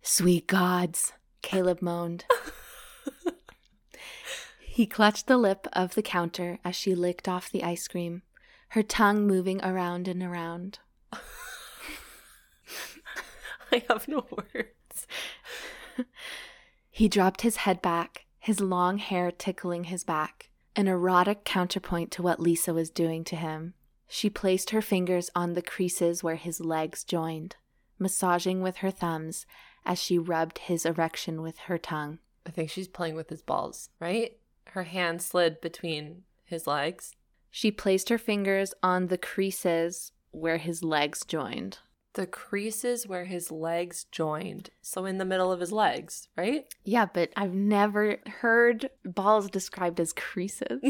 [SPEAKER 2] Sweet gods, Caleb moaned. he clutched the lip of the counter as she licked off the ice cream, her tongue moving around and around.
[SPEAKER 1] I have no words.
[SPEAKER 2] He dropped his head back, his long hair tickling his back, an erotic counterpoint to what Lisa was doing to him. She placed her fingers on the creases where his legs joined, massaging with her thumbs as she rubbed his erection with her tongue.
[SPEAKER 1] I think she's playing with his balls, right? Her hand slid between his legs.
[SPEAKER 2] She placed her fingers on the creases where his legs joined.
[SPEAKER 1] The creases where his legs joined. So in the middle of his legs, right?
[SPEAKER 2] Yeah, but I've never heard balls described as creases.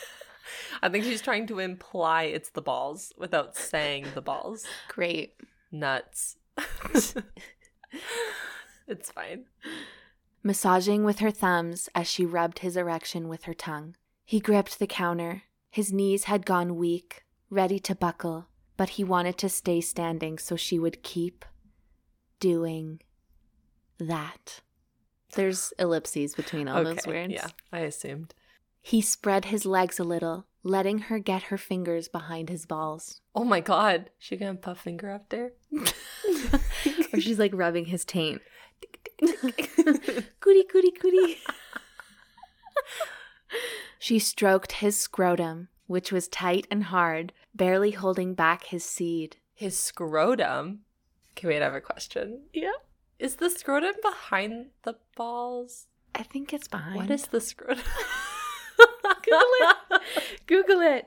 [SPEAKER 1] I think she's trying to imply it's the balls without saying the balls.
[SPEAKER 2] Great.
[SPEAKER 1] Nuts. it's fine.
[SPEAKER 2] massaging with her thumbs as she rubbed his erection with her tongue. He gripped the counter. His knees had gone weak, ready to buckle, but he wanted to stay standing so she would keep doing that. There's ellipses between all those words.
[SPEAKER 1] Yeah, I assumed.
[SPEAKER 2] He spread his legs a little, letting her get her fingers behind his balls.
[SPEAKER 1] Oh my god, she gonna puff finger up there?
[SPEAKER 2] or she's like rubbing his taint. cootie, cootie, cootie. she stroked his scrotum, which was tight and hard, barely holding back his seed.
[SPEAKER 1] His scrotum. Okay, wait, I have a question.
[SPEAKER 2] Yeah.
[SPEAKER 1] Is the scrotum behind the balls?
[SPEAKER 2] I think it's behind.
[SPEAKER 1] What is the scrotum?
[SPEAKER 2] Google Google it.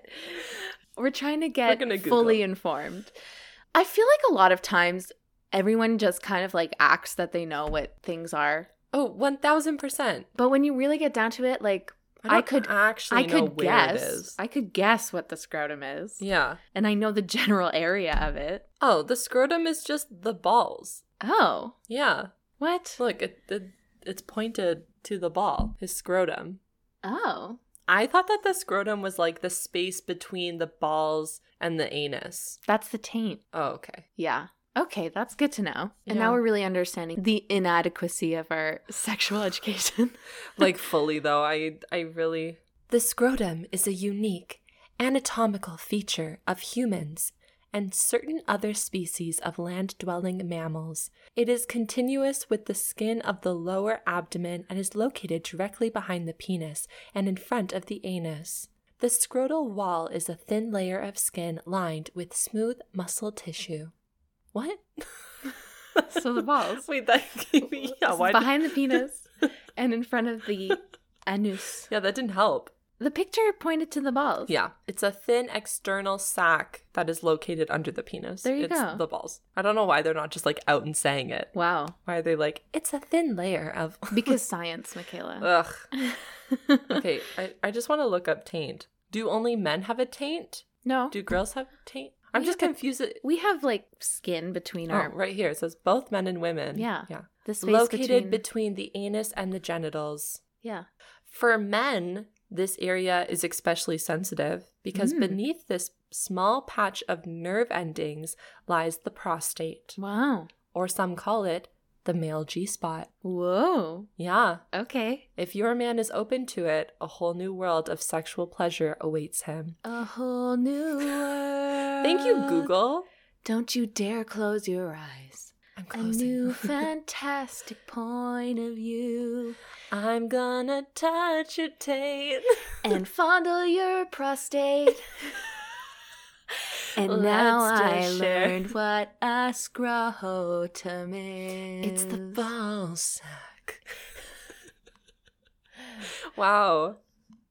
[SPEAKER 2] We're trying to get
[SPEAKER 1] gonna Google.
[SPEAKER 2] fully informed. I feel like a lot of times everyone just kind of like acts that they know what things are.
[SPEAKER 1] Oh, 1000%.
[SPEAKER 2] But when you really get down to it, like I
[SPEAKER 1] I, don't
[SPEAKER 2] could-
[SPEAKER 1] actually
[SPEAKER 2] I
[SPEAKER 1] know
[SPEAKER 2] could
[SPEAKER 1] where
[SPEAKER 2] guess.
[SPEAKER 1] it is.
[SPEAKER 2] I could guess what the scrotum is.
[SPEAKER 1] yeah.
[SPEAKER 2] And I know the general area of it.
[SPEAKER 1] Oh, the scrotum is just the balls.
[SPEAKER 2] Oh.
[SPEAKER 1] Yeah.
[SPEAKER 2] What?
[SPEAKER 1] Look, it, it it's pointed to the ball, his scrotum.
[SPEAKER 2] Oh.
[SPEAKER 1] I thought that the scrotum was like the space between the balls and the anus.
[SPEAKER 2] That's the taint.
[SPEAKER 1] Oh, okay.
[SPEAKER 2] Yeah. Okay, that's good to know.
[SPEAKER 1] Yeah.
[SPEAKER 2] And now we're really understanding the inadequacy of our sexual education.
[SPEAKER 1] Like fully though, I I really The scrotum is a unique anatomical feature of humans and certain other species of land-dwelling mammals. It is continuous with the skin of the lower abdomen and is located directly behind the penis and in front of the anus. The scrotal wall is a thin layer of skin lined with smooth muscle tissue. What?
[SPEAKER 2] so the balls.
[SPEAKER 1] Wait, that
[SPEAKER 2] It's behind the penis and in front of the anus.
[SPEAKER 1] Yeah, that didn't help.
[SPEAKER 2] The picture pointed to the balls.
[SPEAKER 1] Yeah, it's a thin external sac that is located under the penis.
[SPEAKER 2] There you
[SPEAKER 1] it's
[SPEAKER 2] go.
[SPEAKER 1] The balls. I don't know why they're not just like out and saying it.
[SPEAKER 2] Wow.
[SPEAKER 1] Why are they like it's a thin layer of?
[SPEAKER 2] Because uh, science, Michaela.
[SPEAKER 1] Ugh. Okay, I, I just want to look up taint. Do only men have a taint?
[SPEAKER 2] no.
[SPEAKER 1] Do girls have taint? I'm
[SPEAKER 2] Oh. We
[SPEAKER 1] just
[SPEAKER 2] have a-
[SPEAKER 1] confused. It.
[SPEAKER 2] we have like skin between
[SPEAKER 1] Oh,
[SPEAKER 2] our
[SPEAKER 1] right here it says both men and women.
[SPEAKER 2] Yeah.
[SPEAKER 1] yeah.
[SPEAKER 2] the space
[SPEAKER 1] Located between...
[SPEAKER 2] between,
[SPEAKER 1] the anus and the genitals.
[SPEAKER 2] yeah.
[SPEAKER 1] For men, this area is especially sensitive because
[SPEAKER 2] Mm.
[SPEAKER 1] beneath this small patch of nerve endings lies the prostate,
[SPEAKER 2] Wow.
[SPEAKER 1] or some call it the male G spot.
[SPEAKER 2] Whoa.
[SPEAKER 1] Yeah.
[SPEAKER 2] Okay.
[SPEAKER 1] If your man is open to it, a whole new world of sexual pleasure awaits him.
[SPEAKER 2] A whole new world.
[SPEAKER 1] Thank you, Google.
[SPEAKER 2] Don't you dare close your eyes.
[SPEAKER 1] I'm
[SPEAKER 2] A new fantastic point of view.
[SPEAKER 1] I'm gonna touch your taint.
[SPEAKER 2] And fondle your prostate. And now
[SPEAKER 1] Let's
[SPEAKER 2] I
[SPEAKER 1] just share.
[SPEAKER 2] learned what a scrotum is.
[SPEAKER 1] It's the ball sack. wow.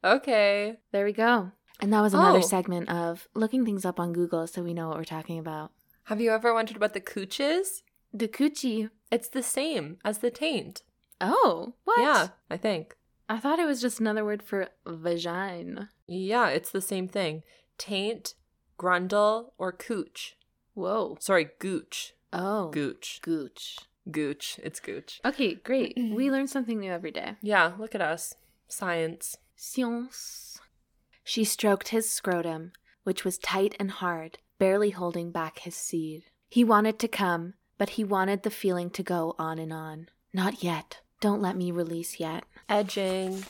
[SPEAKER 1] Okay.
[SPEAKER 2] There we go. And that was another
[SPEAKER 1] Oh.
[SPEAKER 2] segment of looking things up on Google so we know what we're talking about.
[SPEAKER 1] Have you ever wondered what the cooch is?
[SPEAKER 2] The coochie.
[SPEAKER 1] It's the same as the taint.
[SPEAKER 2] Oh, what?
[SPEAKER 1] Yeah, I think.
[SPEAKER 2] I thought it was just another word for vagina.
[SPEAKER 1] Yeah, it's the same thing. Taint, grundle, or cooch.
[SPEAKER 2] Whoa.
[SPEAKER 1] Sorry, gooch.
[SPEAKER 2] Oh.
[SPEAKER 1] Gooch.
[SPEAKER 2] Gooch. Mm-hmm.
[SPEAKER 1] Gooch. It's gooch.
[SPEAKER 2] Okay, great. we learn something new every day.
[SPEAKER 1] Yeah, look at us. Science.
[SPEAKER 2] Science. She stroked his scrotum, which was tight and hard, barely holding back his seed. He wanted to come, but he wanted the feeling to go on and on. Not yet. Don't let me release yet.
[SPEAKER 1] Edging.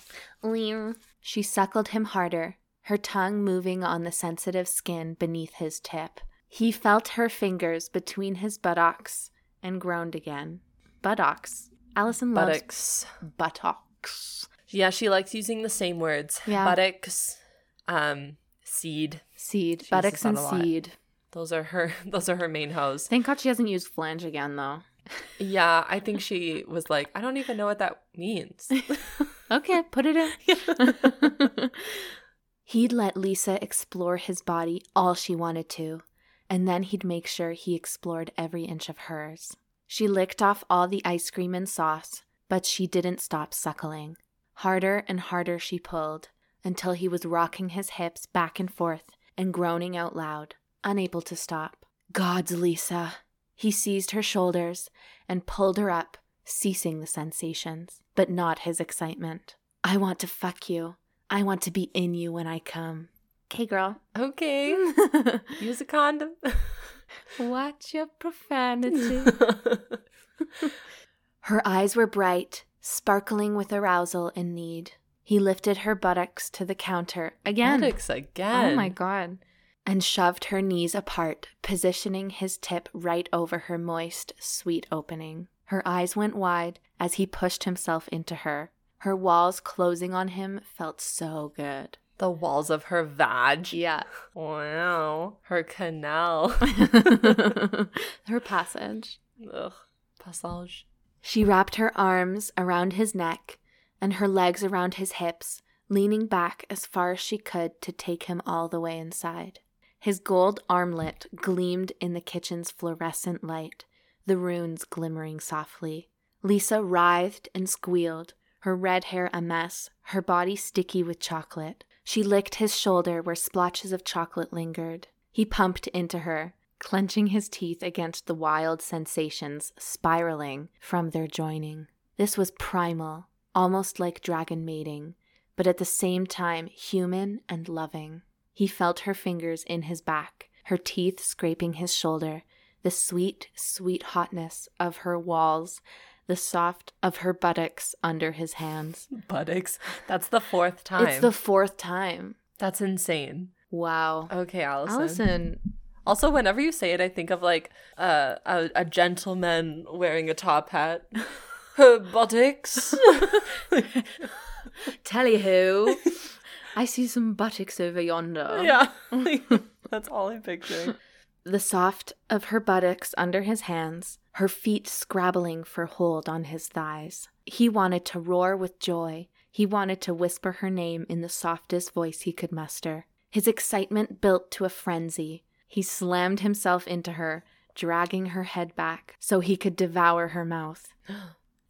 [SPEAKER 2] She suckled him harder, her tongue moving on the sensitive skin beneath his tip. He felt her fingers between his buttocks and groaned again. Buttocks. Allison loves
[SPEAKER 1] Buttocks.
[SPEAKER 2] buttocks.
[SPEAKER 1] Yeah, she likes using the same words.
[SPEAKER 2] Yeah.
[SPEAKER 1] Buttocks, um, seed.
[SPEAKER 2] Seed.
[SPEAKER 1] uses
[SPEAKER 2] buttocks
[SPEAKER 1] that
[SPEAKER 2] and
[SPEAKER 1] a lot.
[SPEAKER 2] seed.
[SPEAKER 1] Those are her those are her main hoes.
[SPEAKER 2] Thank God she hasn't used flange again, though.
[SPEAKER 1] Yeah, I think she was like, I don't even know what that means.
[SPEAKER 2] Okay, put it in. he'd let Lisa explore his body all she wanted to, and then he'd make sure he explored every inch of hers. She licked off all the ice cream and sauce, but she didn't stop suckling. Harder and harder she pulled, until he was rocking his hips back and forth and groaning out loud, unable to stop. Gods, Lisa! He seized her shoulders and pulled her up, ceasing the sensations, but not his excitement. I want to fuck you. I want to be in you when I come. Okay, girl.
[SPEAKER 1] okay.
[SPEAKER 2] Hmm.
[SPEAKER 1] Use a condom.
[SPEAKER 2] Watch your profanity. Her eyes were bright, sparkling with arousal and need. He lifted her buttocks to the counter again.
[SPEAKER 1] Buttocks again.
[SPEAKER 2] Oh my god. And shoved her knees apart, positioning his tip right over her moist, sweet opening. Her eyes went wide as he pushed himself into her. Her walls closing on him felt so good.
[SPEAKER 1] The walls of her vag.
[SPEAKER 2] Yeah.
[SPEAKER 1] Wow. Her canal.
[SPEAKER 2] her passage.
[SPEAKER 1] Ugh. Passage.
[SPEAKER 2] She wrapped her arms around his neck and her legs around his hips, leaning back as far as she could to take him all the way inside. His gold armlet gleamed in the kitchen's fluorescent light, the runes glimmering softly. Lisa writhed and squealed, her red hair a mess, her body sticky with chocolate. She licked his shoulder where splotches of chocolate lingered. He pumped into her, clenching his teeth against the wild sensations spiraling from their joining. This was primal, almost like dragon mating, but at the same time human and loving. He felt her fingers in his back, her teeth scraping his shoulder, the sweet, sweet hotness of her walls, the soft of her buttocks under his hands.
[SPEAKER 1] Buttocks. That's the fourth time.
[SPEAKER 2] It's the fourth time.
[SPEAKER 1] That's insane.
[SPEAKER 2] Wow.
[SPEAKER 1] Okay, Allison.
[SPEAKER 2] Allison,
[SPEAKER 1] Also, whenever you say it, I think of like uh, a, a gentleman wearing a top hat. Her buttocks.
[SPEAKER 2] tell you who. I see some buttocks over yonder.
[SPEAKER 1] yeah.
[SPEAKER 2] Um.
[SPEAKER 1] that's all I'm picturing.
[SPEAKER 2] the soft of her buttocks under his hands, her feet scrabbling for hold on his thighs. He wanted to roar with joy. He wanted to whisper her name in the softest voice he could muster. His excitement built to a frenzy. He slammed himself into her, dragging her head back so he could devour her mouth.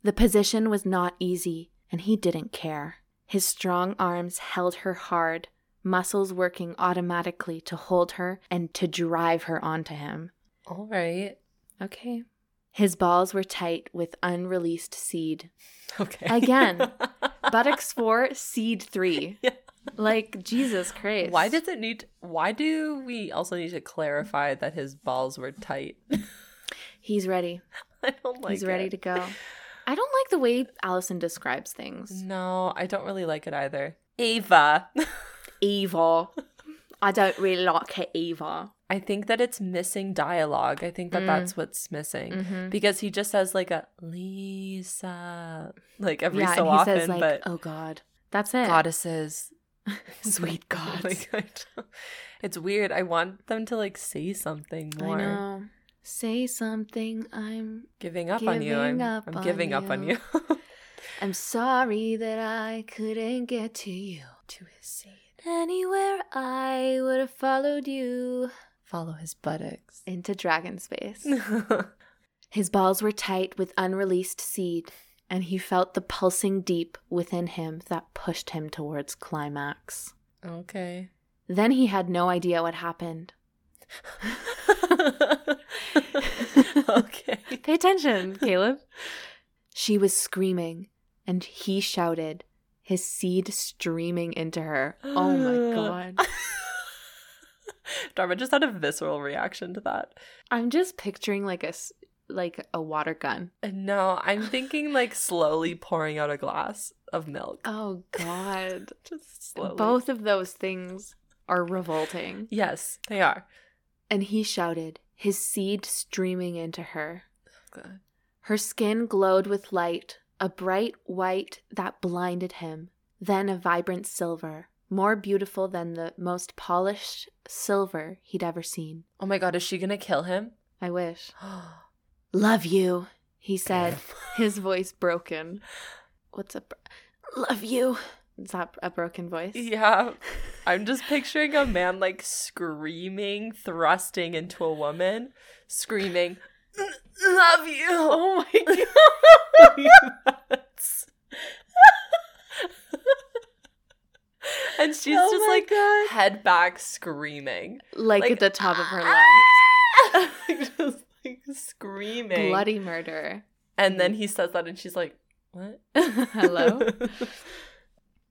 [SPEAKER 2] The position was not easy, and he didn't care. His strong arms held her hard, muscles working automatically to hold her and to drive her onto him.
[SPEAKER 1] All right.
[SPEAKER 2] Okay. His balls were tight with unreleased seed.
[SPEAKER 1] Okay.
[SPEAKER 2] Again. Buttocks 4, seed 3.
[SPEAKER 1] Yeah.
[SPEAKER 2] Like, Jesus Christ.
[SPEAKER 1] Why does it need? Why do we also need to clarify that his balls were tight?
[SPEAKER 2] He's ready.
[SPEAKER 1] I don't like.
[SPEAKER 2] He's ready to go. I don't like the way Allison describes
[SPEAKER 1] Mm.
[SPEAKER 2] things.
[SPEAKER 1] No, I don't really like it either. Ava.
[SPEAKER 2] Evil. I don't really like her either.
[SPEAKER 1] I think that it's missing dialogue. I think that
[SPEAKER 2] Mm.
[SPEAKER 1] that's what's missing
[SPEAKER 2] Mm-hmm.
[SPEAKER 1] because he just says like a Lisa, like every
[SPEAKER 2] yeah,
[SPEAKER 1] so
[SPEAKER 2] and he
[SPEAKER 1] often,
[SPEAKER 2] says like,
[SPEAKER 1] but
[SPEAKER 2] "Oh God, that's it."
[SPEAKER 1] goddesses,
[SPEAKER 2] Sweet gods.
[SPEAKER 1] Like, I don't- it's weird. I want them to like say something
[SPEAKER 2] I
[SPEAKER 1] more.
[SPEAKER 2] know. Say something. I'm.
[SPEAKER 1] Giving up on you. I'm,
[SPEAKER 2] Giving up
[SPEAKER 1] I'm
[SPEAKER 2] on
[SPEAKER 1] giving up on you.
[SPEAKER 2] you. I'm sorry that I couldn't get to you.
[SPEAKER 1] to his seed,
[SPEAKER 2] Anywhere I would have followed you
[SPEAKER 1] follow his buttocks.
[SPEAKER 2] into dragon space. His balls were tight with unreleased seed, and he felt the pulsing deep within him that pushed him towards climax.
[SPEAKER 1] okay.
[SPEAKER 2] Then he had no idea what happened.
[SPEAKER 1] okay.
[SPEAKER 2] Pay attention, Caleb. She was screaming, and he shouted, his seed streaming into her. Oh my god.
[SPEAKER 1] Dharma just had a visceral reaction to that.
[SPEAKER 2] I'm just picturing like a s- like a water gun.
[SPEAKER 1] And Uh, No, I'm thinking like slowly pouring out a glass of milk.
[SPEAKER 2] Oh god.
[SPEAKER 1] Just slowly.
[SPEAKER 2] Both of those things are revolting.
[SPEAKER 1] Yes, they are.
[SPEAKER 2] And he shouted, his seed streaming into her.
[SPEAKER 1] God.
[SPEAKER 2] Her skin glowed with light, a bright white that blinded him, then a vibrant silver, more beautiful than the most polished silver he'd ever seen.
[SPEAKER 1] Oh my god, is she gonna kill him?
[SPEAKER 2] I wish. Love you, he said, his voice broken. What's a. Br- Love you. Is that a broken voice?
[SPEAKER 1] yeah, I'm just picturing a man like screaming, thrusting into a woman, screaming, "Love you!" Oh my god! and she's
[SPEAKER 2] Oh
[SPEAKER 1] just
[SPEAKER 2] my
[SPEAKER 1] like
[SPEAKER 2] God.
[SPEAKER 1] head back, screaming,
[SPEAKER 2] Like,
[SPEAKER 1] like- ah,
[SPEAKER 2] at the top of her lungs.
[SPEAKER 1] just like screaming.
[SPEAKER 2] Bloody murder.
[SPEAKER 1] And then he says that, and she's like, "What?
[SPEAKER 2] Hello?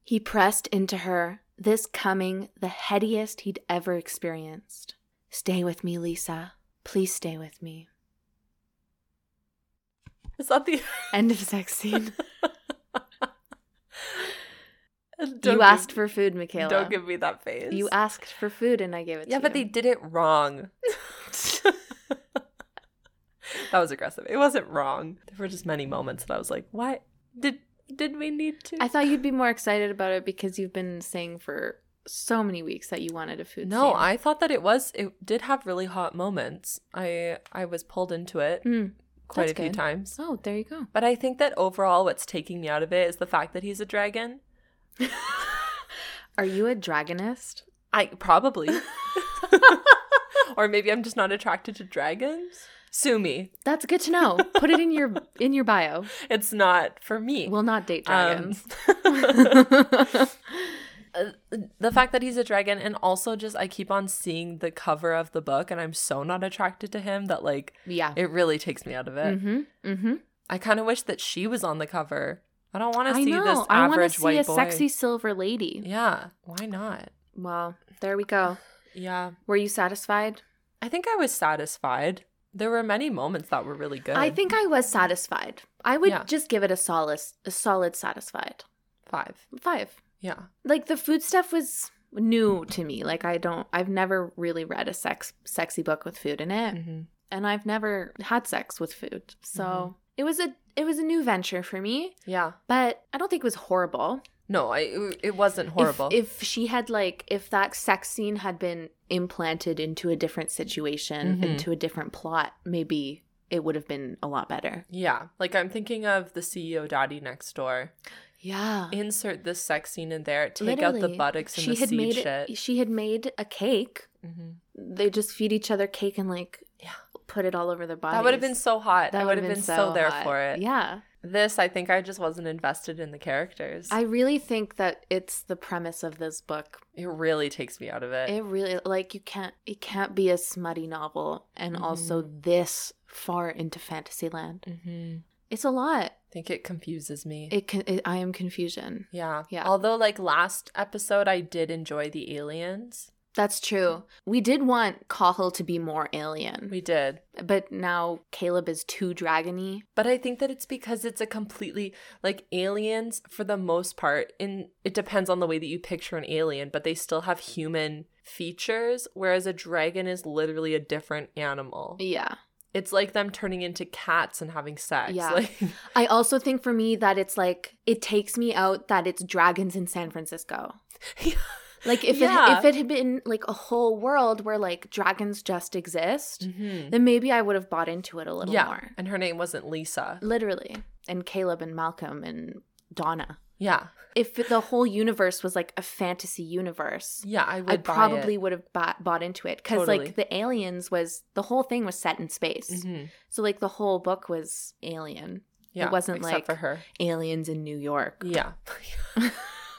[SPEAKER 2] He pressed into her, this coming the headiest he'd ever experienced. Stay with me, Lisa. Please stay with me.
[SPEAKER 1] Is that the
[SPEAKER 2] End of sex scene.
[SPEAKER 1] Don't
[SPEAKER 2] you
[SPEAKER 1] give-
[SPEAKER 2] asked for food, Michaela.
[SPEAKER 1] Don't give me that face.
[SPEAKER 2] you asked for food and I gave it
[SPEAKER 1] Yeah,
[SPEAKER 2] to
[SPEAKER 1] but they
[SPEAKER 2] you.
[SPEAKER 1] did it wrong. that was aggressive. It wasn't wrong. There were just many moments that I was like, "What did did we need to?"
[SPEAKER 2] I thought you'd be more excited about it because you've been saying for so many weeks that you wanted a food
[SPEAKER 1] no,
[SPEAKER 2] scene.
[SPEAKER 1] I thought that it was. It did have really hot moments. I I was pulled into it
[SPEAKER 2] Hmm.
[SPEAKER 1] quite
[SPEAKER 2] that's
[SPEAKER 1] a few
[SPEAKER 2] good.
[SPEAKER 1] times.
[SPEAKER 2] Oh, there you go.
[SPEAKER 1] But I think that overall, what's taking me out of it is the fact that he's a dragon.
[SPEAKER 2] Are you a dragonist?
[SPEAKER 1] I probably, or maybe I'm just not attracted to dragons. Sue me.
[SPEAKER 2] That's good to know. Put it in your in your bio.
[SPEAKER 1] It's not for me.
[SPEAKER 2] We'll not date
[SPEAKER 1] Um,
[SPEAKER 2] dragons.
[SPEAKER 1] the fact that he's a dragon and also just I keep on seeing the cover of the book and I'm so not attracted to him that like
[SPEAKER 2] yeah.
[SPEAKER 1] it really takes me out of it.
[SPEAKER 2] Mm-hmm. Mm-hmm.
[SPEAKER 1] I kind of wish that she was on the cover. I don't want to
[SPEAKER 2] I
[SPEAKER 1] see
[SPEAKER 2] know.
[SPEAKER 1] this
[SPEAKER 2] I want to
[SPEAKER 1] average
[SPEAKER 2] see
[SPEAKER 1] white
[SPEAKER 2] a
[SPEAKER 1] boy.
[SPEAKER 2] sexy silver lady.
[SPEAKER 1] Yeah, why not?
[SPEAKER 2] Well, there we go.
[SPEAKER 1] Yeah.
[SPEAKER 2] Were you satisfied?
[SPEAKER 1] I think I was satisfied. There were many moments that were really good.
[SPEAKER 2] I think I was satisfied. I would
[SPEAKER 1] Yeah.
[SPEAKER 2] just give it a solid, a solid satisfied
[SPEAKER 1] five.
[SPEAKER 2] five.
[SPEAKER 1] Yeah.
[SPEAKER 2] Like the food stuff was new to me. Like I don't, I've never really read a sex sexy book with food in it,
[SPEAKER 1] Mm-hmm.
[SPEAKER 2] and I've never had sex with food. So it was a it was a new venture for me.
[SPEAKER 1] Yeah.
[SPEAKER 2] But I don't think it was horrible.
[SPEAKER 1] No, I it wasn't
[SPEAKER 2] If-
[SPEAKER 1] horrible.
[SPEAKER 2] If, she had like if that sex scene had been implanted into a different situation,
[SPEAKER 1] Mhm.
[SPEAKER 2] into a different plot, maybe it would have been a lot better.
[SPEAKER 1] yeah. Like I'm thinking of the CEO daddy E next door.
[SPEAKER 2] Yeah.
[SPEAKER 1] Insert this sex scene in there. Take out the
[SPEAKER 2] Literally.
[SPEAKER 1] buttocks and
[SPEAKER 2] she
[SPEAKER 1] the
[SPEAKER 2] had
[SPEAKER 1] seed
[SPEAKER 2] made
[SPEAKER 1] shit.
[SPEAKER 2] she had made a cake.
[SPEAKER 1] hmm
[SPEAKER 2] They just feed each other cake and like
[SPEAKER 1] Yeah.
[SPEAKER 2] put it all over their bodies.
[SPEAKER 1] That would have been so hot. I would
[SPEAKER 2] would've
[SPEAKER 1] have been, so, there
[SPEAKER 2] hot.
[SPEAKER 1] for it.
[SPEAKER 2] Yeah.
[SPEAKER 1] This, I think I just wasn't invested in the characters.
[SPEAKER 2] I really think that it's the premise of this book.
[SPEAKER 1] it really takes me out of it.
[SPEAKER 2] It really like you can't it can't be a smutty novel and also this far into fantasyland.
[SPEAKER 1] mm-hmm.
[SPEAKER 2] It's a lot.
[SPEAKER 1] I think it confuses me.
[SPEAKER 2] It can it, I am confusion.
[SPEAKER 1] yeah.
[SPEAKER 2] Yeah.
[SPEAKER 1] Although, like last episode, I did enjoy the aliens.
[SPEAKER 2] That's true. We did want Cahill to be more alien,
[SPEAKER 1] We did.
[SPEAKER 2] but now Caleb is too dragony.
[SPEAKER 1] But I think that it's because it's a completely like aliens for the most part. In it depends on the way that you picture an alien, but they still have human features, whereas a dragon is literally a different animal.
[SPEAKER 2] Yeah.
[SPEAKER 1] It's like them turning into cats and having sex.
[SPEAKER 2] Yeah.
[SPEAKER 1] Like,
[SPEAKER 2] I also think for me that it's like it takes me out that it's dragons in San Francisco.
[SPEAKER 1] Yeah.
[SPEAKER 2] Like if
[SPEAKER 1] Yeah.
[SPEAKER 2] it, if it had been like a whole world where like dragons just exist,
[SPEAKER 1] Mhm.
[SPEAKER 2] then maybe I would have bought into it a little
[SPEAKER 1] yeah.
[SPEAKER 2] more.
[SPEAKER 1] And her name wasn't Lisa.
[SPEAKER 2] Literally. And Caleb and Malcolm and Donna.
[SPEAKER 1] Yeah.
[SPEAKER 2] If the whole universe was like a fantasy universe,
[SPEAKER 1] Yeah, I would
[SPEAKER 2] I
[SPEAKER 1] buy
[SPEAKER 2] probably
[SPEAKER 1] it.
[SPEAKER 2] would have bought, bought into it because
[SPEAKER 1] Totally.
[SPEAKER 2] like the aliens was the whole thing was set in space,
[SPEAKER 1] Mhm.
[SPEAKER 2] so like the whole book was alien.
[SPEAKER 1] Yeah.
[SPEAKER 2] wasn't
[SPEAKER 1] except
[SPEAKER 2] like-
[SPEAKER 1] for her.
[SPEAKER 2] aliens in New York.
[SPEAKER 1] Yeah.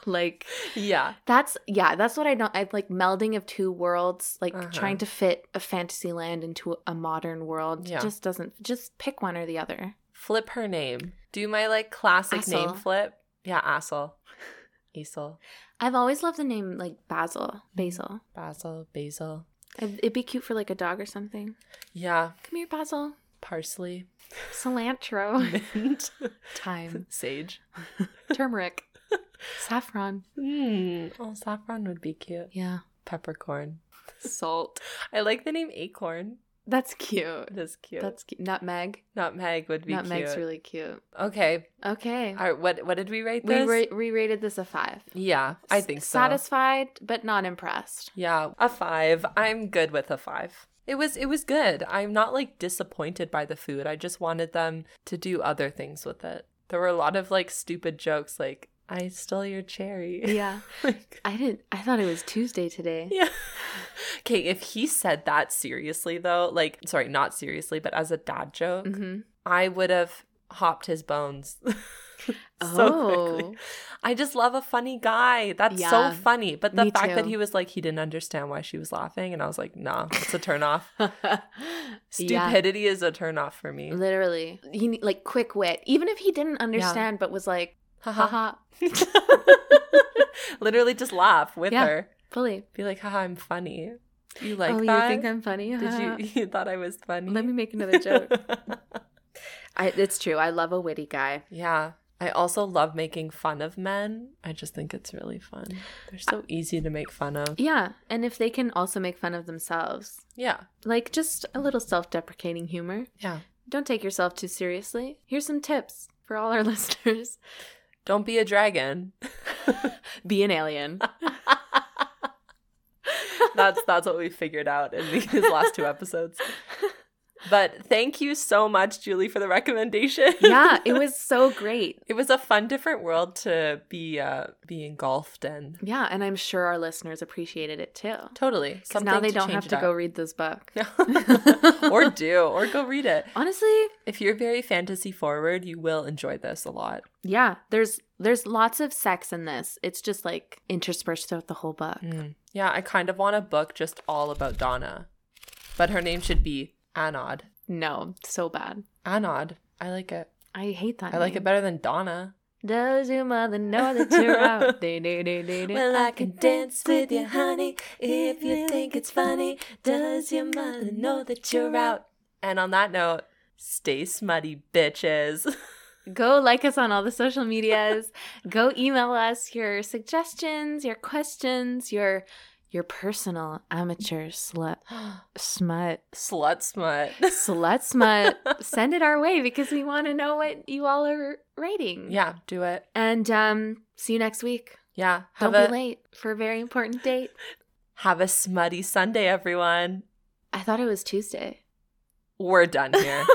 [SPEAKER 2] Like
[SPEAKER 1] yeah.
[SPEAKER 2] that's yeah, that's what I don't I like melding of two worlds, like
[SPEAKER 1] Uh-huh.
[SPEAKER 2] trying to fit a fantasy land into a modern world
[SPEAKER 1] Yeah.
[SPEAKER 2] just doesn't just pick one or the other.
[SPEAKER 1] Flip her name. Do my like classic name
[SPEAKER 2] Assel.
[SPEAKER 1] flip. Yeah, Assel. Isel.
[SPEAKER 2] I've always loved the name like Basil,
[SPEAKER 1] Mm-hmm.
[SPEAKER 2] Basil.
[SPEAKER 1] Basil. Basil.
[SPEAKER 2] It'd it'd be cute for like a dog or something.
[SPEAKER 1] Yeah.
[SPEAKER 2] Come here, Basil.
[SPEAKER 1] Parsley.
[SPEAKER 2] Cilantro,
[SPEAKER 1] Mint.
[SPEAKER 2] thyme,
[SPEAKER 1] Sage.
[SPEAKER 2] turmeric, saffron. Hmm.
[SPEAKER 1] Mm. Oh, saffron would be cute.
[SPEAKER 2] Yeah,
[SPEAKER 1] Peppercorn.
[SPEAKER 2] salt.
[SPEAKER 1] I like the name acorn.
[SPEAKER 2] That's cute.
[SPEAKER 1] It is cute.
[SPEAKER 2] That's cute. nutmeg.
[SPEAKER 1] Nutmeg would be
[SPEAKER 2] Nutmeg's
[SPEAKER 1] cute.
[SPEAKER 2] really cute.
[SPEAKER 1] okay.
[SPEAKER 2] Okay.
[SPEAKER 1] All right. What What did we rate
[SPEAKER 2] We
[SPEAKER 1] this?
[SPEAKER 2] ra- we rated this a five.
[SPEAKER 1] yeah, I think so.
[SPEAKER 2] Satisfied, but not impressed.
[SPEAKER 1] Yeah, a five. I'm good with a five. It was it was good. I'm not like disappointed by the food. I just wanted them to do other things with it. There were a lot of like stupid jokes like I stole your cherry.
[SPEAKER 2] Yeah.
[SPEAKER 1] like,
[SPEAKER 2] I didn't I thought it was Tuesday today.
[SPEAKER 1] yeah. Okay, if he said that seriously though, like sorry, not seriously, but as a dad joke,
[SPEAKER 2] hmm
[SPEAKER 1] I would have hopped his bones. so quickly.
[SPEAKER 2] oh.
[SPEAKER 1] I just love a funny guy. That's
[SPEAKER 2] Yeah,
[SPEAKER 1] so funny. But the
[SPEAKER 2] me
[SPEAKER 1] fact that
[SPEAKER 2] too.
[SPEAKER 1] he was like he didn't understand why she was laughing and I was like, "Nah, it's a turn off."
[SPEAKER 2] Yeah,
[SPEAKER 1] Stupidity is a turnoff for me.
[SPEAKER 2] literally. He ne- like quick wit. Even if he didn't understand but was like,
[SPEAKER 1] Haha.
[SPEAKER 2] haha,
[SPEAKER 1] Literally just laugh with
[SPEAKER 2] Yeah.
[SPEAKER 1] her.
[SPEAKER 2] fully.
[SPEAKER 1] Be like, haha, I'm funny. You like
[SPEAKER 2] oh,
[SPEAKER 1] that?
[SPEAKER 2] you think I'm funny? Haha.
[SPEAKER 1] Did you you thought I was funny?
[SPEAKER 2] Let me make another joke. I, it's true. I love a witty guy.
[SPEAKER 1] yeah. I also love making fun of men. I just think it's really fun. They're so easy to make fun of.
[SPEAKER 2] Yeah. And if they can also make fun of themselves,
[SPEAKER 1] Yeah.
[SPEAKER 2] like just a little self deprecating humor.
[SPEAKER 1] Yeah.
[SPEAKER 2] Don't take yourself too seriously. Here's some tips for all our listeners
[SPEAKER 1] Don't be a dragon.
[SPEAKER 2] be an alien.
[SPEAKER 1] that's that's what we figured out in these last two episodes. But thank you so much, Julie, for the recommendation.
[SPEAKER 2] yeah, it was so great.
[SPEAKER 1] It was a fun, different world to be uh, be engulfed in.
[SPEAKER 2] Yeah, and I'm sure our listeners appreciated it too.
[SPEAKER 1] Totally.
[SPEAKER 2] Because
[SPEAKER 1] Something
[SPEAKER 2] now they
[SPEAKER 1] to
[SPEAKER 2] don't
[SPEAKER 1] change
[SPEAKER 2] have
[SPEAKER 1] it
[SPEAKER 2] to
[SPEAKER 1] up.
[SPEAKER 2] go read this book.
[SPEAKER 1] or do, or go read it.
[SPEAKER 2] Honestly,
[SPEAKER 1] If you're very fantasy forward, you will enjoy this a lot.
[SPEAKER 2] yeah, there's there's lots of sex in this. It's just like interspersed throughout the whole book.
[SPEAKER 1] Mm. Yeah, I kind of want a book just all about Donna, but her name should be Anod.
[SPEAKER 2] No, so bad.
[SPEAKER 1] Anod. I like it.
[SPEAKER 2] I hate that.
[SPEAKER 1] I like it
[SPEAKER 2] name.
[SPEAKER 1] better than Donna.
[SPEAKER 2] Does your mother know that you're out? Day, day, day, day, day.
[SPEAKER 1] that you're out? And on that note, stay smutty, bitches.
[SPEAKER 2] Go like us on all the social medias. Go email us your suggestions, your questions, your your personal amateur slut smut
[SPEAKER 1] Slut smut.
[SPEAKER 2] slut smut. Send it our way because we want to know what you all are rating.
[SPEAKER 1] yeah, do it.
[SPEAKER 2] And um, see you next week.
[SPEAKER 1] Yeah. Have
[SPEAKER 2] Don't
[SPEAKER 1] a
[SPEAKER 2] be late for a very important date.
[SPEAKER 1] have a smutty Sunday, everyone.
[SPEAKER 2] I thought it was Tuesday.
[SPEAKER 1] We're done here.